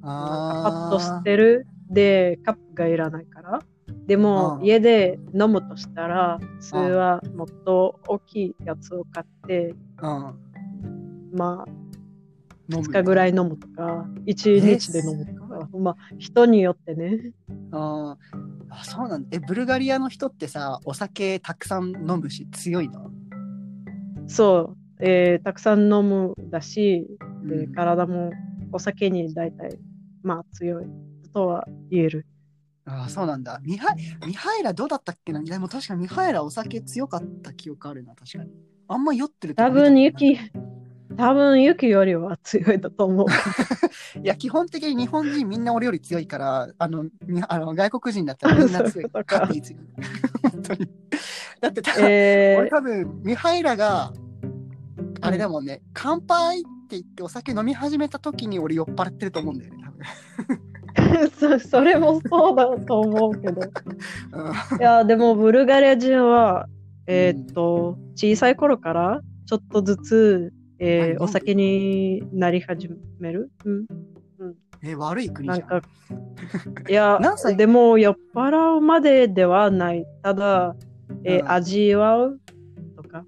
B: なんかパッと
A: あ
B: 捨
A: あ。
B: てるでカップがいらないからでも
A: うん
B: 家で飲むとしたら普通はもっと大きいやつを買って
A: うん。
B: ま
A: 飲
B: あ
A: む
B: 2日ぐらい飲むとか1日で飲むとかまあ人によってね
A: あーあ、そうなんだ。え、ブルガリアの人ってさ、お酒たくさん飲むし、強いの、
B: そう、えーたくさん飲むだし
A: う
B: で
A: ん
B: 体もお酒に大体まあ強いとは言える
A: ああ、そうなんだ。ミハミハエラどうだったっけなでも確かミハエラお酒強かった記憶あるな、確かに。あんま酔ってるとこ
B: 多
A: 見たこと
B: 分
A: ない
B: ユキ 多分ユキよりは強いだと 思う
A: いや、基本的に日本人みんな俺より強いから、あの、みあの外国人だったらみんな強い。
B: そうか
A: かなり強い 本当に。だってた、
B: え
A: 俺多分、ミハイラが、あれだもんね、乾杯って言ってお酒飲み始めた時に俺酔っ払ってると思うんだよね、多
B: ー、そ それもそうだと思うけどい
A: 分。うん
B: やでもブルガリア人はえーっと小さい頃からちょっとずつ、えー
A: あ
B: お酒になり始める、うん、
A: え、悪い国
B: な
A: じ
B: ん
A: ゃん。
B: か、いや
A: 何、歳
B: でも酔っ払うまでではない。ただ、えー
A: うん
B: 味わうとか。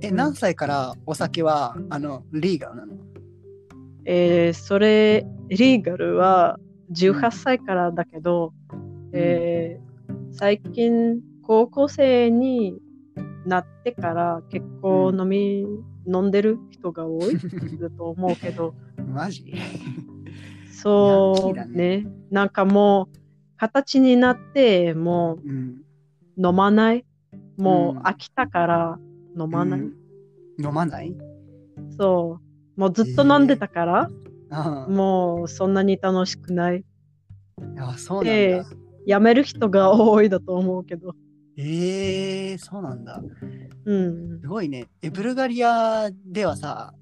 A: え、何歳からお酒は、あの、リーガルなの
B: えーそれ、リーガルは18歳からだけど、えー最近、高校生になってから結構飲み、飲んでる人が多いだと思うけど、
A: マジ
B: そ
A: ヤンキーだ
B: う
A: ね
B: ね。なんかもう、形になって、もう、
A: うん。
B: 飲まない。
A: う
B: もうん飽きたから飲まない。
A: うん飲まない
B: そう。もうずっと飲んでたから、
A: あ
B: もうそんなに楽しくない。
A: あ、あそうなんだ。
B: でやめる人が多いだと思うけど。
A: ええそうなんだ。
B: うん
A: す。ごいね。え、ブルガリアではさ、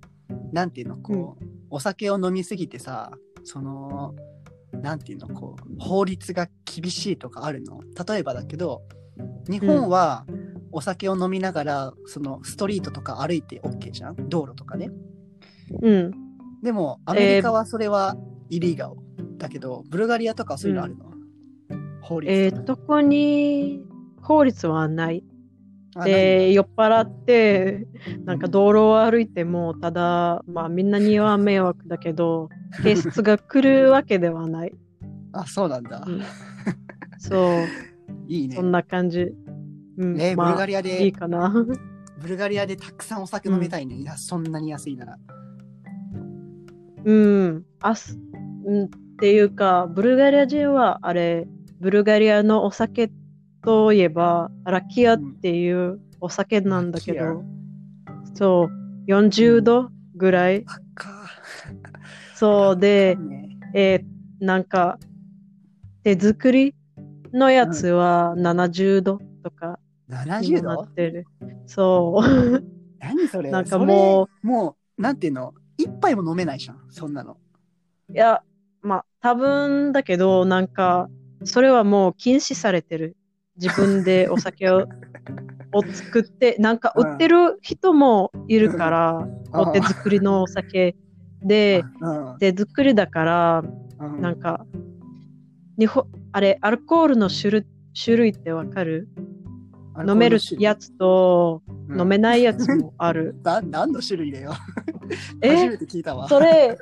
A: なんていうの、こう、お酒を飲みすぎてさ、その、なんていうのこう法律が厳しいとかあるの例えばだけど日本はお酒を飲みながらそのストリートとか歩いて OK じゃん道路とかね
B: うん。
A: でもアメリカはそれはイリーガルだけど、ブルガリアとかはそういうのあるの、法
B: え
A: 律とか
B: ー、どこに法律はない。
A: あないんだ
B: で、酔っ払って、なんか道路を歩いても、ただ、まあみんなには迷惑だけど、警察が来るわけではない。
A: あそうなんだ、
B: うんそう、
A: いい ね
B: そんな感じ。うん、
A: ね、ブル
B: ま
A: ガ
B: あ、
A: リア
B: い
A: で
B: いかな。
A: ブルガリアでたくさんお酒飲みたいね、いやそんなに安いなら
B: うん、あす、うん、っていうか、ブルガリア人は、あれ、ブルガリアのお酒といえば、ラキアっていうお酒なんだけ
A: ラ
B: ど、そう、40度ぐらい。
A: あっか
B: そうで、
A: ね
B: えーなんか、手作りのやつは70度とかに
A: 70
B: もなっ
A: 度
B: てる。そう。
A: 何それ
B: なんかも
A: うもうなんていうの一杯も飲めないじゃんそんなの
B: いや、まあ、多分だけど、なんか、それはもう禁止されてる。自分でお酒をを作って、なんか売ってる人もいるから、お手作りのお酒で、
A: うん
B: 手作りだから、
A: うん
B: なんか、日本、あれ、アルコールの種類種類ってわかる飲めるやつと飲め
A: い、
B: ないやつもあ る。
A: うんな何の種類だよ初
B: え
A: めて聞いたわ
B: それ、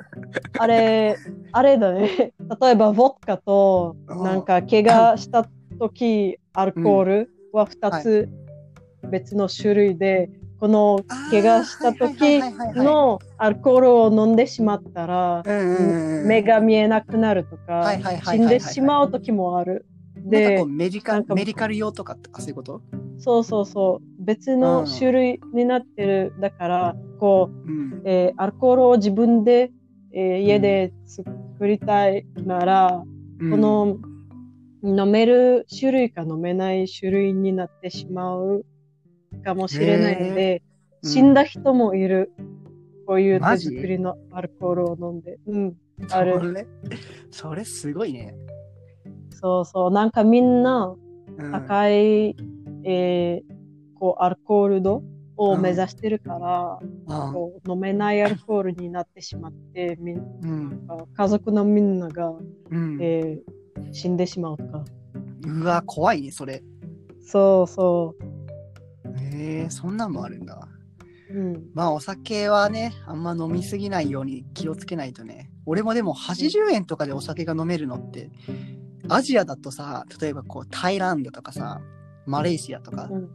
B: あれ、あれだね。 例えば、ボッカと、
A: うん
B: なんか、怪我した時、アルコールは2つ別の種類で、この
A: あー
B: 怪我した時
A: はいはいはいはいは
B: のアルコールを飲んでしまったら
A: い、うんうんうん
B: 目が見えなくなると
A: は
B: か
A: いはいはいはい、はい
B: 死んでしまう時もある。
A: なんかこ
B: で
A: う、メディ
B: な
A: カ
B: んか
A: メディカル用とかってあそういうこと、
B: そうそうそう、別の種類になってる。だから、こ
A: う
B: う、
A: ん、
B: えーアルコールを自分で、えー家で作りたいなら、この飲める種類か飲めない種類になってしまうかもしれないので、
A: うん
B: 死んだ人もいる。こういう
A: マ
B: 手
A: ジ
B: 作りのアルコールを飲んで。うん。
A: うん
B: ある
A: それそれすごいね、
B: そうそう。なんかみんな
A: うん
B: 高い、えーこうアルコール度を目指してるから、
A: うん
B: こう飲めないアルコールになってしまって、みん
A: うん
B: 家族のみんなが、
A: うん
B: えー死んでしまうとか。
A: うわ怖いねそれ
B: そうそ
A: えー、そんなんもあるんだ
B: う。うん。
A: まあお酒はねあんま飲みすぎないように気をつけないとね俺もでも80円とかでお酒が飲めるのってアジアだとさ例えばこうタイランドとかさマレーシアとか
B: うん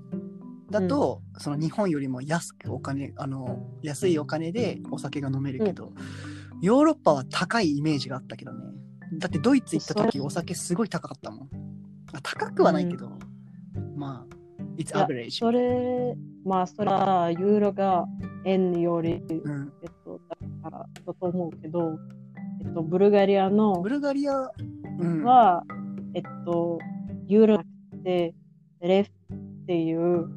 A: だと、その日本よりも安くお金あの安いお金でお酒が飲めるけど、ヨーロッパは高いイメージがあったけどねだってドイツ行った時お酒すごい高かったもんあ高くはないけど、まあ it's
B: いや
A: average
B: それ、まあ、それはユーロが円より、
A: うん、
B: えっと、だからだと思うけど、えっと、ブルガリアの
A: ブルガリア、うん、
B: は、えっと、ユーロじゃなくて、レフっていう、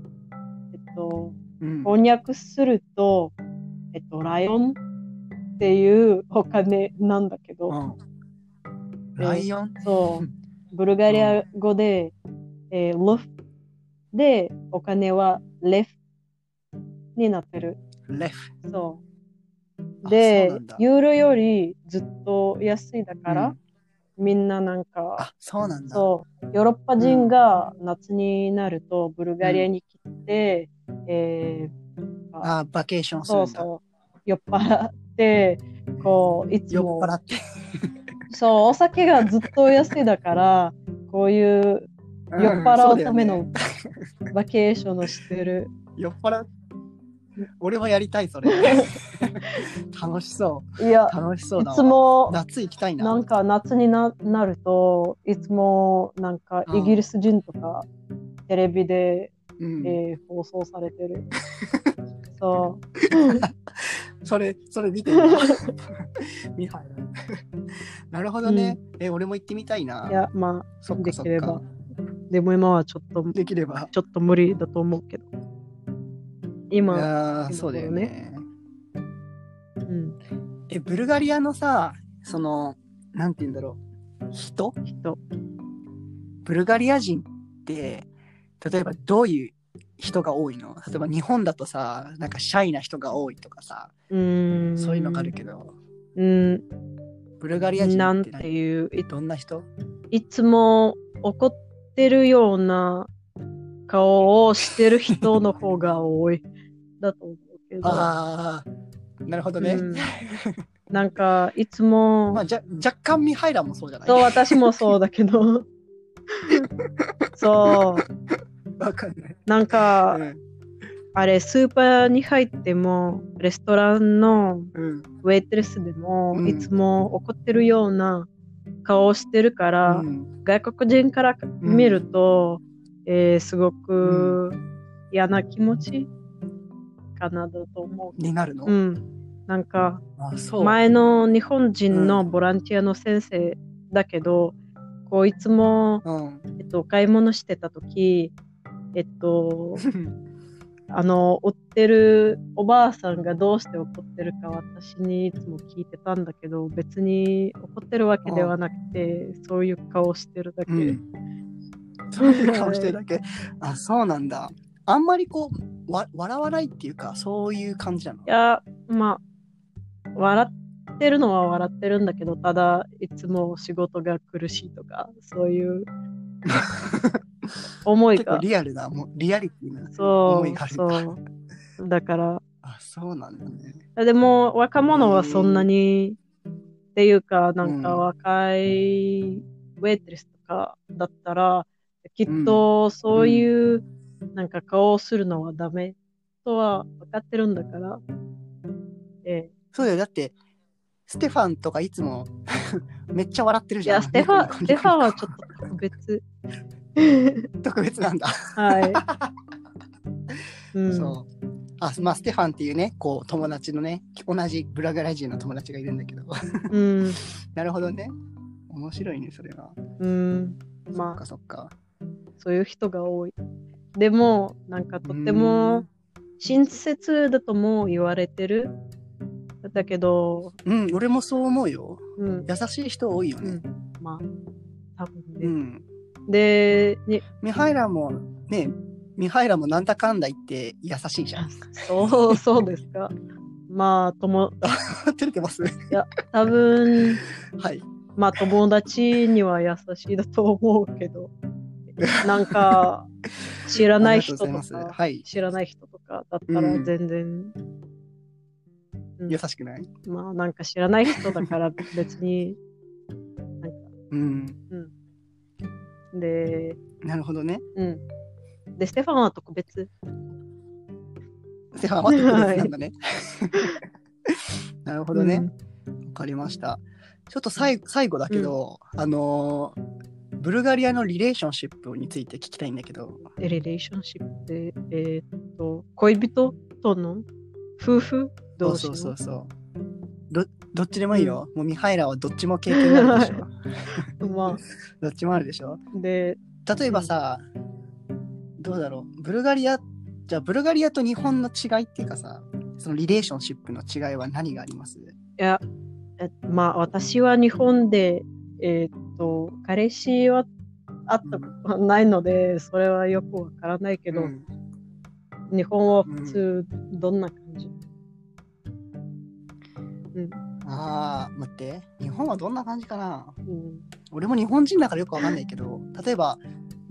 B: えっと、
A: うん
B: 翻訳すると、えっと、ライオンっていうお金なんだけど、
A: うん、ライオン、
B: そうう、ブルガリア語で、えーロフで、お金はレフになってる。
A: レフ。
B: そう。
A: あ
B: で
A: そうなんだ、
B: ユーロよりずっと安いだから、みんななんか、
A: あ、そうなんだ。
B: そう、ヨーロッパ人が夏になるとブルガリアに来て、えー
A: あ、バケーションするん
B: そ
A: だ。
B: うそう、酔っ払って、こう、いつ
A: 酔っ
B: も
A: 払って。
B: そう、お酒がずっと安いだから、こういう酔っ払うための
A: ん。
B: バケーションをしてる。
A: そうだよね酔っ払う。俺もやりたい、 それ。楽しそ
B: いや
A: う。、楽しそう
B: い
A: だわ。
B: つも
A: 夏行きたいな。
B: なんか夏にななると、いつもなんか
A: うん
B: イギリス人とかテレビで、
A: うん
B: えー放送され てる。そ。
A: それ、それ見てるな。 ミハイル。 なるほどね。え、俺も行ってみたいうな。
B: いや、まあ、
A: そっか
B: で
A: そ
B: き
A: っ
B: れ
A: か
B: ば。でも今はちょっと、
A: できれば。
B: ちょっと無理だと思うけど。
A: い
B: 今、
A: やーそうだよね。
B: うん、
A: えブルガリアのさそのなんて言うんだろう人
B: 人。
A: ブルガリア人って例えばどういう人が多いの例えば日本だとさなんかシャイな人が多いとかさ
B: うーん。
A: そういうのがあるけど
B: うん。
A: ブルガリア人
B: な
A: っ
B: ん
A: て
B: て
A: 何
B: いう、い
A: どんな人
B: いつも怒ってるような顔をしてる人の方が多い。だと思うけど。
A: ああなるほどね、
B: うんなんか、いつも、
A: まあ、じゃ若干ミハイラもそうじゃない
B: と私もそうだけ ど。そう。
A: わかんない、
B: なんか、
A: うん
B: あれ、スーパーに入っても、レストランの
A: うん
B: ウェイトレスでも、
A: うん
B: いつも怒ってるような顔をしてるから、
A: うん
B: 外国人から見ると、えーすごく嫌な気持ちかなだと思
A: になるの、
B: う。うん。なんか、
A: あそう
B: 前の日本人のボランティアの先生だけど、こういつも、
A: うん、
B: えっと、買い物してた時えっと、あの、売ってるおばあさんがどうして怒ってるか私にいつも聞いてたんだけど、別に怒ってるわけではなくて、そういう顔してるだけ。
A: うん、そういう顔してるだけあそうなんだあんまりこうわ笑わないっていうかそういう感じなの
B: いや、まあ、笑ってるのは笑ってるんだけど、ただ、いつも仕事が苦しいとか、そういう 思い
A: 結構
B: が、
A: リアルなもうリアリティな
B: そ
A: 思いがあ
B: う、
A: るんだ
B: そう。だから、
A: あそうなんだね
B: でも、若者はそんなに、っていうか、なんか
A: うん
B: 若いウェイトレスとかだったら、きっとそういう、なんか顔をするのはダメとは分かってるんだから、ええ
A: そうだよだってステファンとかいつも めっちゃ笑 ってる
B: い
A: じゃん
B: や、ステファ
A: ニコニコ
B: ン、ス
A: ニコ
B: テファンはちょっと特別。
A: 特別なんだ、
B: はい。うん、
A: そうあまあステファンっていうねこう友達のね同じブラガラ人の友達がいるんだけど
B: うん。
A: なるほどね面白いねそれは
B: うん。
A: そっ
B: まあ
A: か、そっか
B: そういう人が多い。でも、なんかとっても親切だとも言われてる。だけど、
A: うん俺もそう思うよ
B: うん。
A: 優しい人多いよ
B: う
A: ね
B: ん、まあ、多分
A: う
B: ね。
A: ん、
B: で、に
A: ミハイラもねミハイラもなんだかんだ言って優しいじゃん。
B: そう、そうですか。まあ、とも、
A: 照れてます
B: 多分、
A: はい。
B: まあ友達には優しいだと思うけど、なんか知らない人と
A: ありがとうございます
B: か、
A: はい。
B: 知らない人とかだったら
A: うん
B: 全然、うん
A: 優しくない
B: まあなんか知らない人 だから別に、なんか、
A: うん。
B: うん。で、
A: なるほどね。
B: うん。で、ステファンは特別。
A: ステファンは特別なんだね。なるほどね。わ、かりました。ちょっとさい最後だけど、あのーブルガリアのリレーションシップについて聞きたいんだけど、
B: うん。リレーションシップで、えーっと、恋人との夫婦
A: そ
B: 同
A: う
B: 士
A: そ
B: の
A: うそうそう。どどっちでもいいよ。もうミハイラはどっちも経験がある でしょ。
B: ま
A: どっちもあるでしょ。
B: あ、で、
A: 例えばさ、どうだろうブルガリアじゃあブルガリアと日本の違いっていうかさそのリレーションシップの違いは何があります
B: いや、えまあ私は日本で、えーっと、彼氏は会ったことはないので、それはよくわからないけど、
A: うん
B: 日本は普通、どんな感じ、
A: ああ待って日本はどんな感じかな
B: うん
A: 俺も日本人だからよくわかんないけど例えば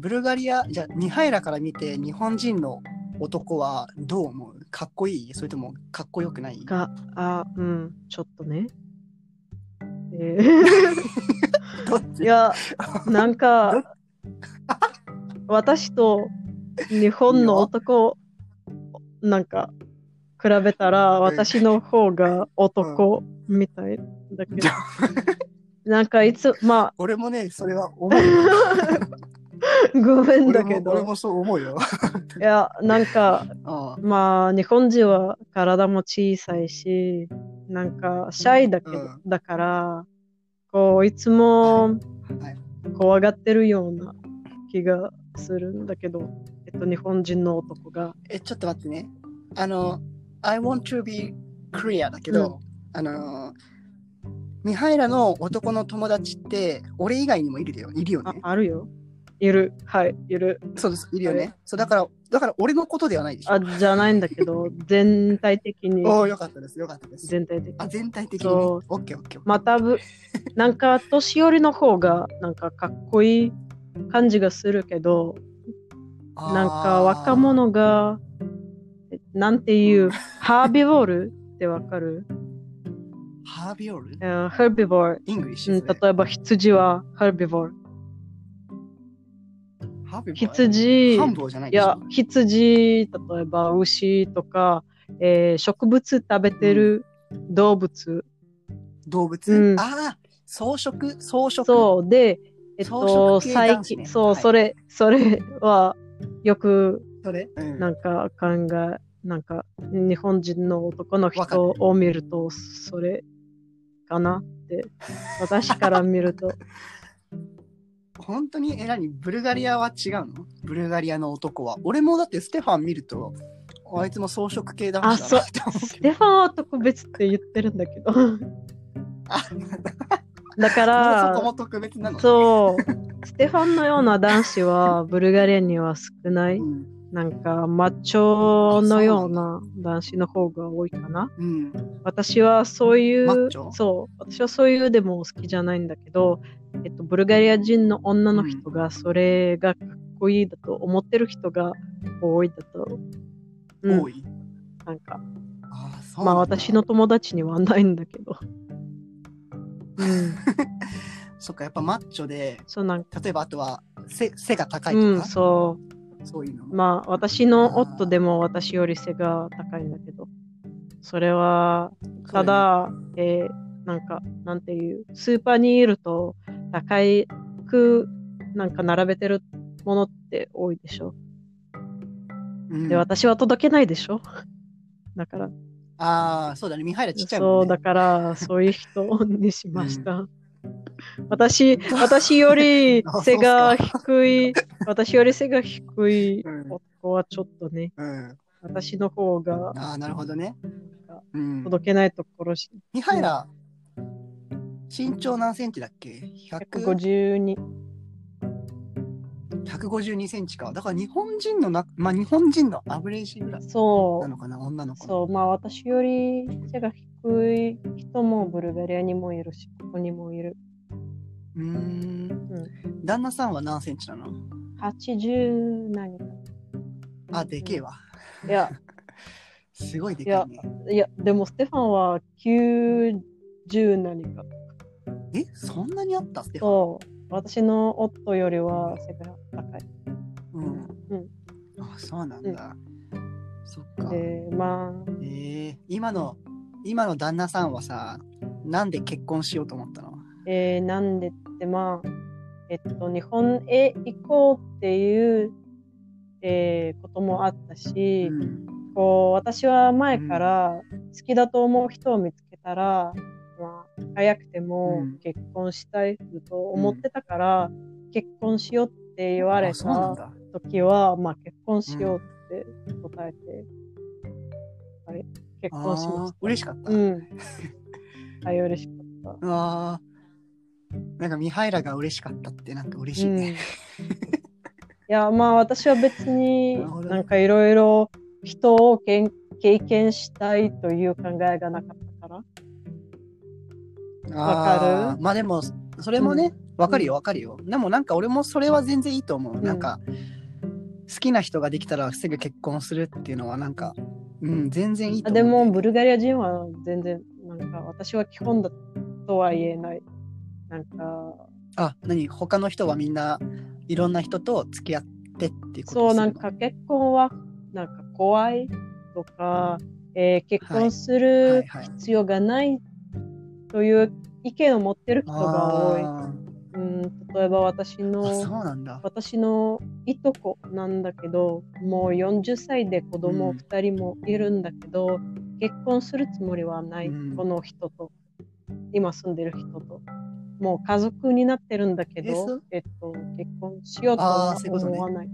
A: ブルガリアじゃあニハイラから見て日本人の男はどう思うかっこいいそれともかっこよくない
B: が、あ、うん、ちょっとね。えー
A: どっち
B: いや、なんか、私と日本の男、なんか、比べたら、私の方が男みたいだけど、なんかいつ、ま
A: 俺もねそれは 思うよ
B: あ、ごめん
A: 俺
B: だけ
A: も俺
B: ど、
A: もそう思うよ
B: いや、なんか、
A: ああ
B: まあ、日本人は体も小さいし、なんか、シャイだけど、
A: うん
B: だから、こう、いつも
A: はい
B: 怖がってるような気がするんだけど、えっと、日本人の男が。
A: え、ちょっと待ってね。あの、I want to be clear だけど、あの、ミハイラの男の友達って、俺以外にもいるよいるよ
B: あ
A: ね。
B: あるよ。いる。はい、いる。
A: そうです、いるよね
B: あ。
A: そうだから、だから俺のことではないでしょ。
B: あ、じゃないんだけど、全体的に、
A: おお、よかったです、よかったです。
B: 全体的に。
A: あ、全体的にね。
B: そ
A: オ
B: う
A: ッケーオッケー。
B: またぶ、なんか年寄りの方が、なんかかっこいい感じがするけど、
A: あー
B: なんか若。者が、えなんていう、ハービボールってわかる
A: ハービオール
B: えーハービボール。
A: イングリッシ
B: う
A: ュ
B: ん
A: です、ね。
B: 例えば羊はハービボール。
A: ハービオール
B: 羊、
A: ハンボーじゃない
B: い
A: でしょ。
B: や、羊、例えば牛とか、えー植物食べてる動物。
A: 動物、
B: うん
A: ああ、草食、草食。
B: そう、で、えっと、
A: 草食系男
B: 最
A: 子ね
B: 近、そう、
A: はい
B: それ、それは、よく、
A: それ、うん
B: なんか考え、なんか、日本人の男の人を見ると、それかなって、私から見る と。
A: 本当に、え、何ブルガリアは違うのブルガリアの男は。俺もだってステファン見ると、あいつも草食系だな
B: あ、
A: って
B: そう
A: 思う、
B: ス
A: けど
B: テファンは特別って言ってるんだけど。だから、
A: もうそこも特別なの。
B: そう。ステファンのような男子はブルガリアには少ない。
A: うん。
B: なんか、マッチョのような男子の方が多いかな。
A: うん。
B: 私はそうい
A: マッ
B: う
A: チ、ョ
B: そう。私はそういうでも好きじゃないんだけど、えっと、ブルガリア人の女の人がそれがかっこいいだと思ってる人が多いだと。うん
A: 多い。
B: なんか、
A: ああ、そう
B: まあ
A: なんだ
B: 私の。友達にはないんだけど。うん。
A: そっか、やっぱマッチョで、
B: そうなんか、
A: 例えばあとは背背が 高いと
B: う
A: か、
B: ん、そう。
A: そういうのも。
B: まあ私の夫でも私より背が高いんだけど、それはただ、えーなんかなんていうスーパーにいると高いくなんか並べてるものって多いでしょ。
A: うん、
B: で私は届けないでしょ。 だから、
A: ああ、そうだね。ミハイラちっちゃい
B: そ
A: も、
B: う
A: ね
B: んだ。からそういう人にしました。 私私より
A: あ
B: 背が
A: そ
B: 低い私より背が低い
A: うん
B: 男はちょっとね
A: うん、
B: 私の方が
A: ああ、なるほどね。うん、
B: 届けないところし
A: ミハイラ、身長何センチだっけ100
B: 152
A: ?152 センチか。だから日本人のな、まあ日本人のアブレージぐらい
B: そ
A: なのかな、女の
B: う
A: 子の。
B: そうまあ私より背が低い人もブルガリアにもいるしここにもいる
A: うーん旦那さんは何センチなの
B: 80何か
A: あ、でけえわ。
B: いや
A: すごいでかいね。
B: いやでもステファンは90何か
A: え、そんなにあったステファン。
B: そう私の夫よりは背が高い
A: うん。
B: うん
A: あ、そうなんだ。そっか。え
B: でまあ
A: ー今の、今の旦那さんはさ、なんで結婚しようと思ったの
B: えーなんでってまあえっと日本へ行こうっていう、えーこともあったし、
A: うん
B: こう私は前から好きだと思う人を見つけたら、まあ、早くても
A: うん
B: 結婚したいと思ってたから、結婚しようって言われ
A: あそうなん
B: た
A: だ。
B: 時は、まあ、結婚しようって答えて、はい、結婚しま
A: あ
B: し
A: ー嬉しかった。
B: た。うん。はい、嬉しかった。
A: うわーなんかミハイラが嬉しかったってなんか嬉しい
B: うん、い
A: ね。
B: やまあ私は別に
A: なるほど
B: なんかいろいろ人をけん経験したいという考えがなかったから。わ
A: あ
B: か
A: ーまあでもそれもねわ、かるよわかるよ。でもなんか俺もそれは全然いいと思う。
B: ん
A: なんか好きな人ができたらすぐ結婚するっていうのはなんかうん全然いいと
B: あ
A: 思う
B: で
A: ね、
B: もブルガリア人は全然なんか私は基本だとは言えないなんか
A: あ何他の人はみんないろんな人と付き合ってっていうこと
B: そう
A: する
B: な
A: の
B: んか結婚はなんか怖いとか、えー結婚す
A: はい
B: る
A: はい。
B: 必要がないという意見を持ってる人が多い、
A: あ
B: うん、例えば私
A: ーあそう
B: の
A: なんだ。
B: 私のいとこなんだけどもう40歳で子供
A: うん
B: 2人もいるんだけど、結婚するつもりはない、
A: うん
B: この人と今住んでる人ともう家族になってるんだけ
A: え
B: ど
A: そ、
B: えっと、結婚しようと
A: あ
B: は
A: ーそういうことね
B: 思わない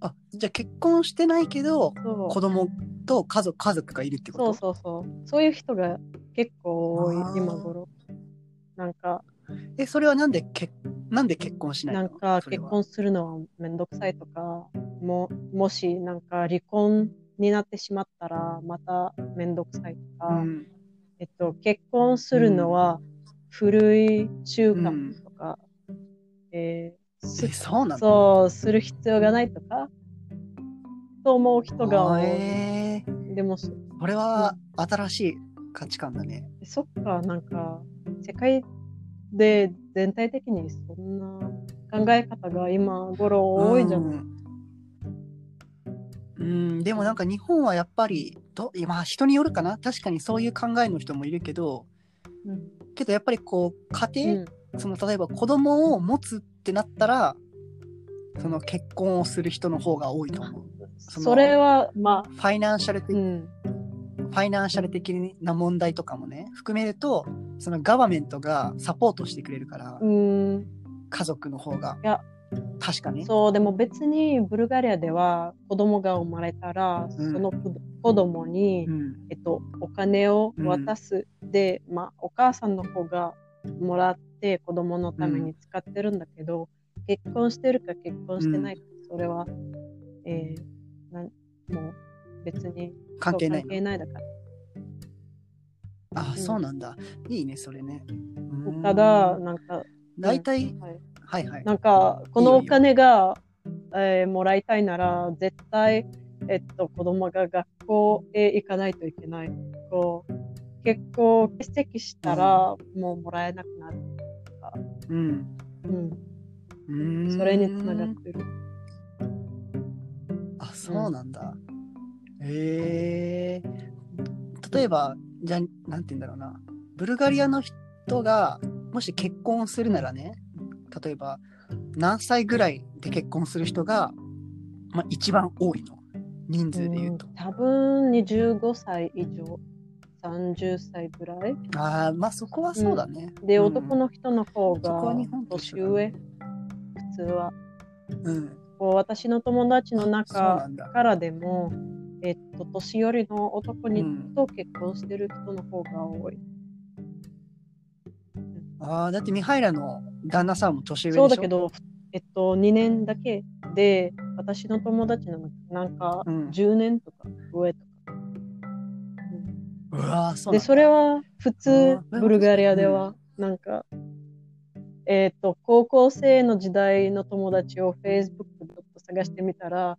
A: あじゃあ結婚してないけど
B: そう
A: 子供と家族家族がいるってこ
B: そう
A: と
B: そうそうそういう人が結構多い
A: あー
B: 今頃なんか
A: え、それはなんでけなんで結婚しないの
B: なんか
A: それ
B: 結
A: は
B: 婚するのはめんどくさいとかももしなんか離婚になってしまったらまためんどくさいとか、
A: うん
B: えっと、結婚するのは古い習慣とか、えーす
A: え、そうなの
B: そうする必要がないとかと思う人が多
A: あ
B: い、
A: えー
B: でもそ
A: これは新しい価値観だね。
B: そっかなんか世界で全体的にそんな考え方が今頃多いじゃない、
A: うんうん、でもなんか日本はやっぱりど今人によるかな確かにそういう考えの人もいるけど
B: うん
A: けどやっぱりこう家
B: う
A: 庭、
B: ん
A: その例えば子供を持つってなったらその結婚をする人の方が多いと思う。その
B: それはまあ
A: ファイナンシャル的、
B: うん
A: ファイナンシャル的な問題とかもね含めるとそのガバメントがサポートしてくれるから、
B: うん
A: 家族の方が
B: いや
A: 確かね。
B: そう、でも別にブルガリアでは子供が生まれたら、
A: うん
B: その子子供に、
A: うん
B: えっと、お金を渡す、で、まあ、お母さんの方がもらって子供のために使ってるんだけど、結婚してるか結婚してないか、それは、えーなんもう別に
A: 関係ない
B: そ
A: の
B: う関係ないだから。
A: あ、
B: うん
A: そうなんだ。いいね、それね。うん
B: ただ、、なんか、
A: 大体、
B: はい
A: はいはい。
B: なんか、このお金が、えーもらいたいなら、絶対、えっと、子供が学校へ行かないといけない。こう、結構、欠席したら、もうもらえなくなる。
A: うん。
B: うん。
A: うーん
B: それにつながってる。
A: あ、そうなんだ。へえー。例えば、じゃあ、なんて言うんだろうな。ブルガリアの人が、もし結婚するならね、例えば、何歳ぐらいで結婚する人が、まあ、一番多いの。人数で言うと
B: う。ん多分、25歳以上、30歳ぐらい。
A: ああ、まあそこはそうだね。
B: で、
A: うん
B: 男の人の方
A: そこは
B: が
A: 日本、と一緒
B: 年
A: だ
B: 上、普通は。
A: うん。
B: こう私の友達の
A: そう
B: 中
A: なんだ。
B: からでも、えっと、年寄りの男に
A: うん
B: と結婚してる人の方が多い。
A: ああ、だってミハイラの旦那さんも年上でし
B: そ
A: ょ
B: うだけど、えっと、2年だけで、私の友達なのなんか
A: うん
B: 10年とか上とか。
A: うわーそうなん
B: で、
A: だ
B: それは普通、
A: うん
B: ブルガリアでは、なんか、えっと、高校生の時代の友達を Facebook でちょっと探してみたら、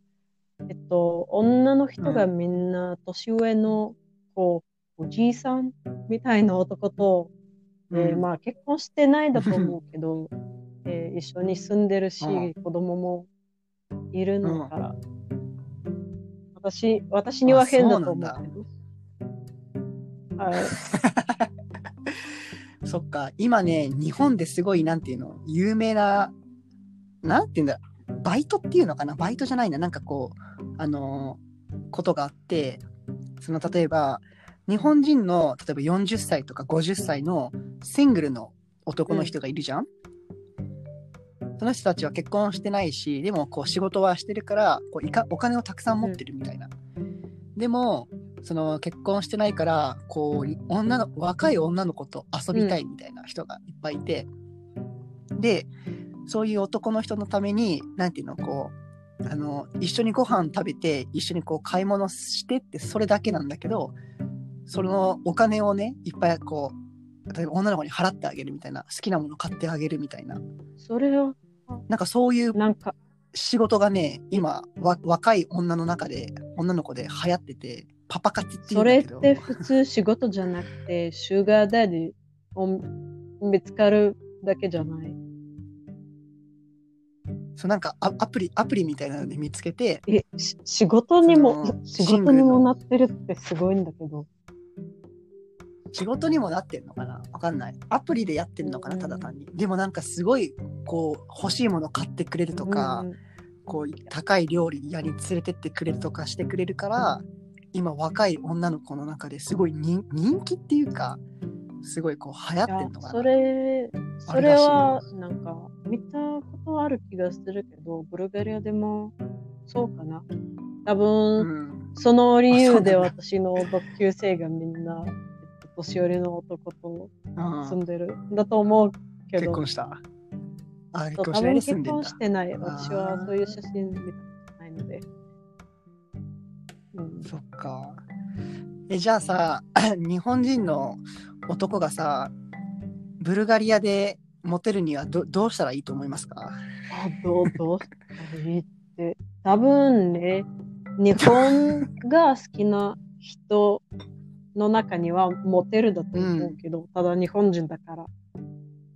B: えっと、女の人がみんな年上の、こう、おじいさんみたいな男とえーまあ結婚してないだと思うけど、えー一緒に住んでるし、
A: うん
B: 子供もいるのだから、私私には変だと思うけど。はい、
A: うんそっか今ね日本ですごいなんていうの有名ななんていうんだバイトっていうのかなバイトじゃないななんかこうあのーことがあってその例えば日本人の例えば40歳とか50歳のシングルの男の人がいるじゃん、その人たちは結婚してないしでもこう仕事はしてるからこういかお金をたくさん持ってるみたいな、でもその結婚してないからこう女の若い女の子と遊びたいみたいな人がいっぱいいて、でそういう男の人のためになんていうのこうあの一緒にご飯食べて一緒にこう買い物してってそれだけなんだけどそのお金をねいっぱいこう例えば女の子に払ってあげるみたいな好きなもの買ってあげるみたいな
B: それは
A: なんかそういう
B: なんか、
A: 仕事がね今わ若い女の中で女の子で流行っててパパ活っていうん
B: それ
A: だけ
B: っ
A: ど
B: て普通仕事じゃなくて、シュガーダディを見つかるだけじゃない。
A: そうなんかアアプリアプリみたいなので見つけて
B: え、し仕事にも
A: そ、のシ
B: 仕
A: ン
B: 事
A: グル
B: に
A: の
B: もなってるってすごいんだけど。
A: 仕事にもなってんのかなわかんないアプリでやってんのかな
B: うん
A: ただ単にでもなんかすごいこう欲しいもの買ってくれるとか、
B: うん
A: こう高い料理屋に連れてってくれるとかしてくれるから今若い女の子の中ですごい人人気っていうかすごいこう流行ってんの
B: いや
A: か
B: そ
A: な
B: れ
A: あ
B: そ
A: れ
B: れ
A: らしい
B: はなんか見たことある気がするけどブルガリアでもそうかな多分、
A: うん
B: その理由で
A: あそうなん
B: 私の同級生がみんなえっと年寄りの男と
A: うん
B: 住んでるんだと思うけ
A: 結
B: ど、
A: 婚したあ、結
B: そう
A: 婚
B: 多
A: しない
B: 分
A: で住んでん
B: 結婚
A: だ
B: し。てない。
A: んだ
B: 私はそういう写真見たことないので。うん、
A: そっか。え、じゃあさ、 日本人の男がさ、ブルガリアでモテるにはどどうしたらいいと思いますか
B: あどうどう
C: えって多分ね日本
B: が好きな人の中にはモテるだと思うけど、ただ日本人だから、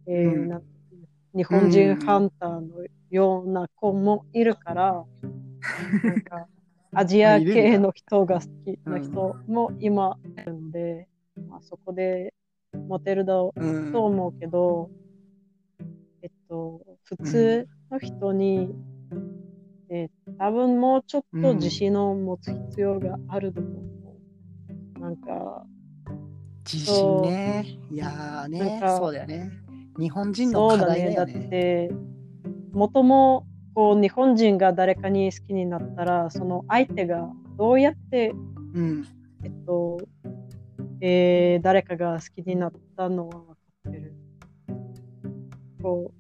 B: えー
A: うん
B: な日本人ハンターのような子もいるから、なんかアジア系の人が好きな人も今いるので、まあ、そこでモテるだろ
A: う
B: うんと。思うけど、えっと普通の人に、えー多分もうちょっと自信を持つ必要があると思う。なんか
A: 自信ね。いやーね
B: なん、か
A: そうだよね。日本人の
B: そう
A: 課
B: だ
A: 題だ
B: ね。だ
A: よ
B: っ
A: ね。
B: て、もともこう日本人が誰かに好きになったら、その相手がどうやって、
A: うん。
B: えっとえー誰かが好きになったのは分かってる。こう、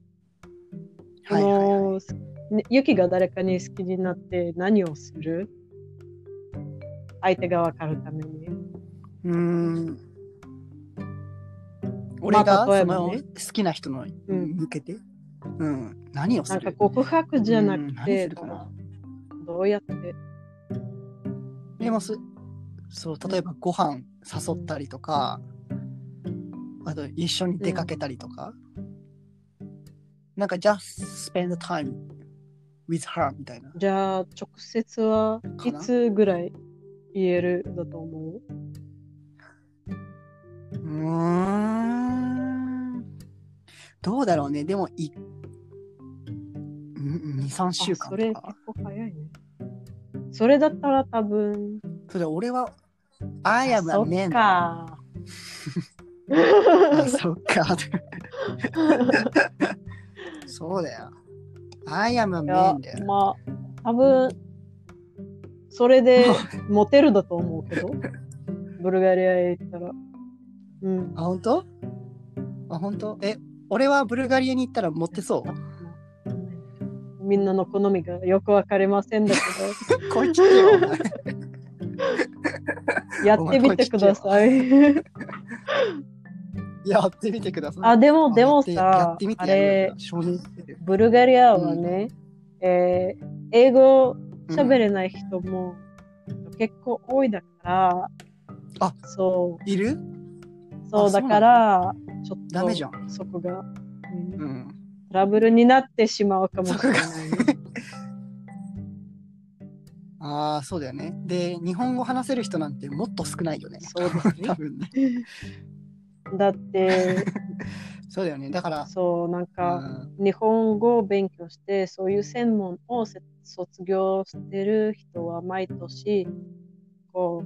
A: はいはいはい
B: この、ねユキが誰かに好きになって何をする相手が分かるために。
A: うーん。俺が、
B: 例え
A: そ
B: ば
A: の
B: ね
A: 好きな人の
B: ん
A: 向けて、うん、何をす
B: なん
A: る
B: か告白じゃな
A: うん
B: く
A: 何す
B: て
A: る、かな
B: どうやって。
A: でもすそう例えばご飯誘ったりとか、あと一緒に出かけたりとか、なんか just spend time with her みたいな
B: じゃあ直接は
A: か
B: い
A: な
B: つぐらい言えるだと思う
A: うーんどうだろうねでも23週
B: あ
A: 間
B: それ
A: と
B: 結
A: か
B: 構早いね。それだったら多分。
A: それで俺は I am
B: そ
A: a
B: っ
A: man
B: か。
A: あそっかそうだよ I am a
B: いや
A: man だよ
B: まあ多分そ れでモテるだと思うけどブルガリアへ行ったら。うん。
A: あ、本当あ、本当え、俺はブルガリアに行ったら持ってそ
B: みんなの好みがよくわかりません だけ
A: うこいつだよ。お前
B: ど、やってみてください。
A: やってみてください。
B: あ、で
A: あ、
B: も、でも
A: や
B: さ
A: ってみ、て
B: あ
A: やる
B: れ
A: よ、少年してる。
B: ブルガリアはね、えー英語喋れない人も結構多いだから、
A: あ
B: そ
A: いる
B: う、そ
A: あ
B: う
A: そうな
B: だ
A: んだ
B: から、ちょっと
A: ダメじゃん。
B: そこが、うん
A: うん。
B: トラブルになってしまうかもしれないね。
A: ああ、そうだよね。で、日本語話せる人なんてもっと少ないよね。
B: そうだね
A: 多分ね。
B: だって、
A: そうだよね。だから、
B: そう、なんか、
A: うん
B: 日本語を勉強してそういう専門をせ卒業してる人は毎年こ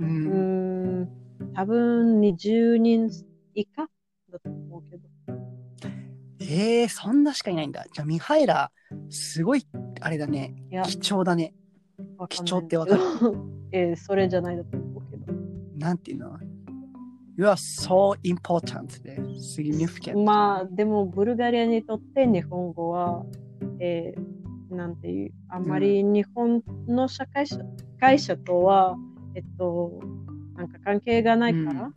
A: う。
B: う、うんーん、多分20人以下だと思うけど
A: えー、そんなしかいないんだ。じゃあ、ミハイラ、すごい、あれだね。
B: いや
A: 貴重だね。
B: わかんないけど
A: 貴重ってわかる
B: えーそれじゃないだと思うけど
A: なんていうの ?You are so important で、significant。
B: まあでもブルガリアにとって日本語は、えーなんていうあんまり日本の社会社会社とはえっとなんか関係がないから、わ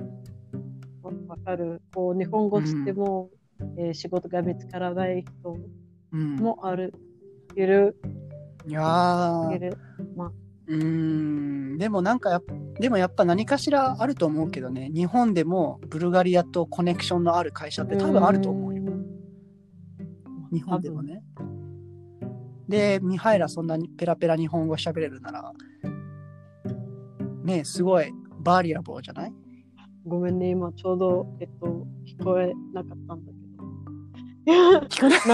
B: わかるこう日本語しても、えー仕事が見つからない人
A: うん、
B: もある。いる
A: いやー
B: いる
A: うーんでもなんかやっでもやっぱ何かしらあると思うけどね日本でもブルガリアとコネクションのある会社って多分あると思うよ日本でもねでミハイラそんなにペラペラ日本語喋れるならねえすごいバリアボーじゃない
B: ごめんね、今ちょうど、えっと、聞こえなかったん だけど。なん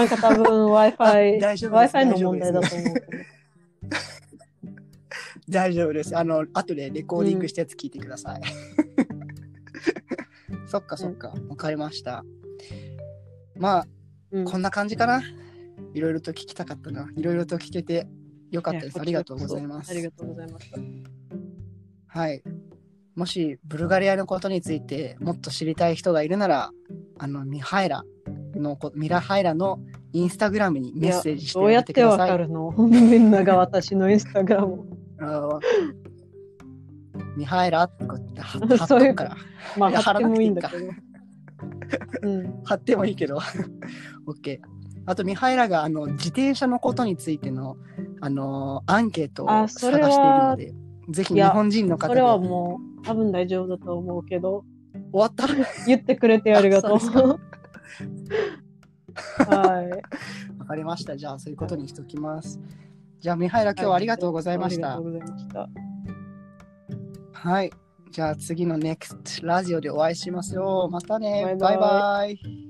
B: か多分 Wi-Fi、
A: 大丈夫です
B: Wi-Fi の問題だと思うけど。
A: 大丈夫ですあの後でレコーディングしたやつ聞いてください、 そっかそっか、わかりましたまあ
B: うん
A: こんな感じかな。いろいろと聞きたかったな。いろいろと聞けてよかったで
B: い
A: す。
B: や
A: ありがとうございま
B: あり
A: す
B: が。とうございました。
A: はい。もしブルガリアのことについてもっと知りたい人がいるなら、あのミハイラのこミラハイラのインスタグラムにメッセージして
B: どうや
A: み
B: っ
A: く
B: てて
A: だ
B: わ
A: さ
B: か
A: い。
B: るの みんなが私のインスタグラムを。
A: あーミハイラってこうやって貼貼っ
B: そう
A: と
B: いう
A: くから
B: まあ、
A: いや
B: 貼ってもいい んだ
A: 貼
B: け
A: ら
B: ど。うん、
A: 貼ってもいいけど OK あとミハイラがあの自転車のことについてのあのアンケートを
B: あ
A: 探して
B: そ
A: い
B: れ
A: る
B: は
A: のでぜひ
B: い
A: 日
B: や
A: 本人の
B: そ
A: 方で
B: れは
A: 終
B: もう多分大丈夫だと思うけど、
A: わった
B: 言ってくれてありがとう。
A: あそ
B: はい。
A: わかりました。じゃあ、そういうことにしておきます。じゃあ、ミハイラ、今日はありがとうございました
B: あり。がとうございました。
A: はい。じゃあ、次のネクストラジオでお会いしますよ。また
B: バイ
A: ね。
B: バ
A: バ
B: イ
A: イバイ。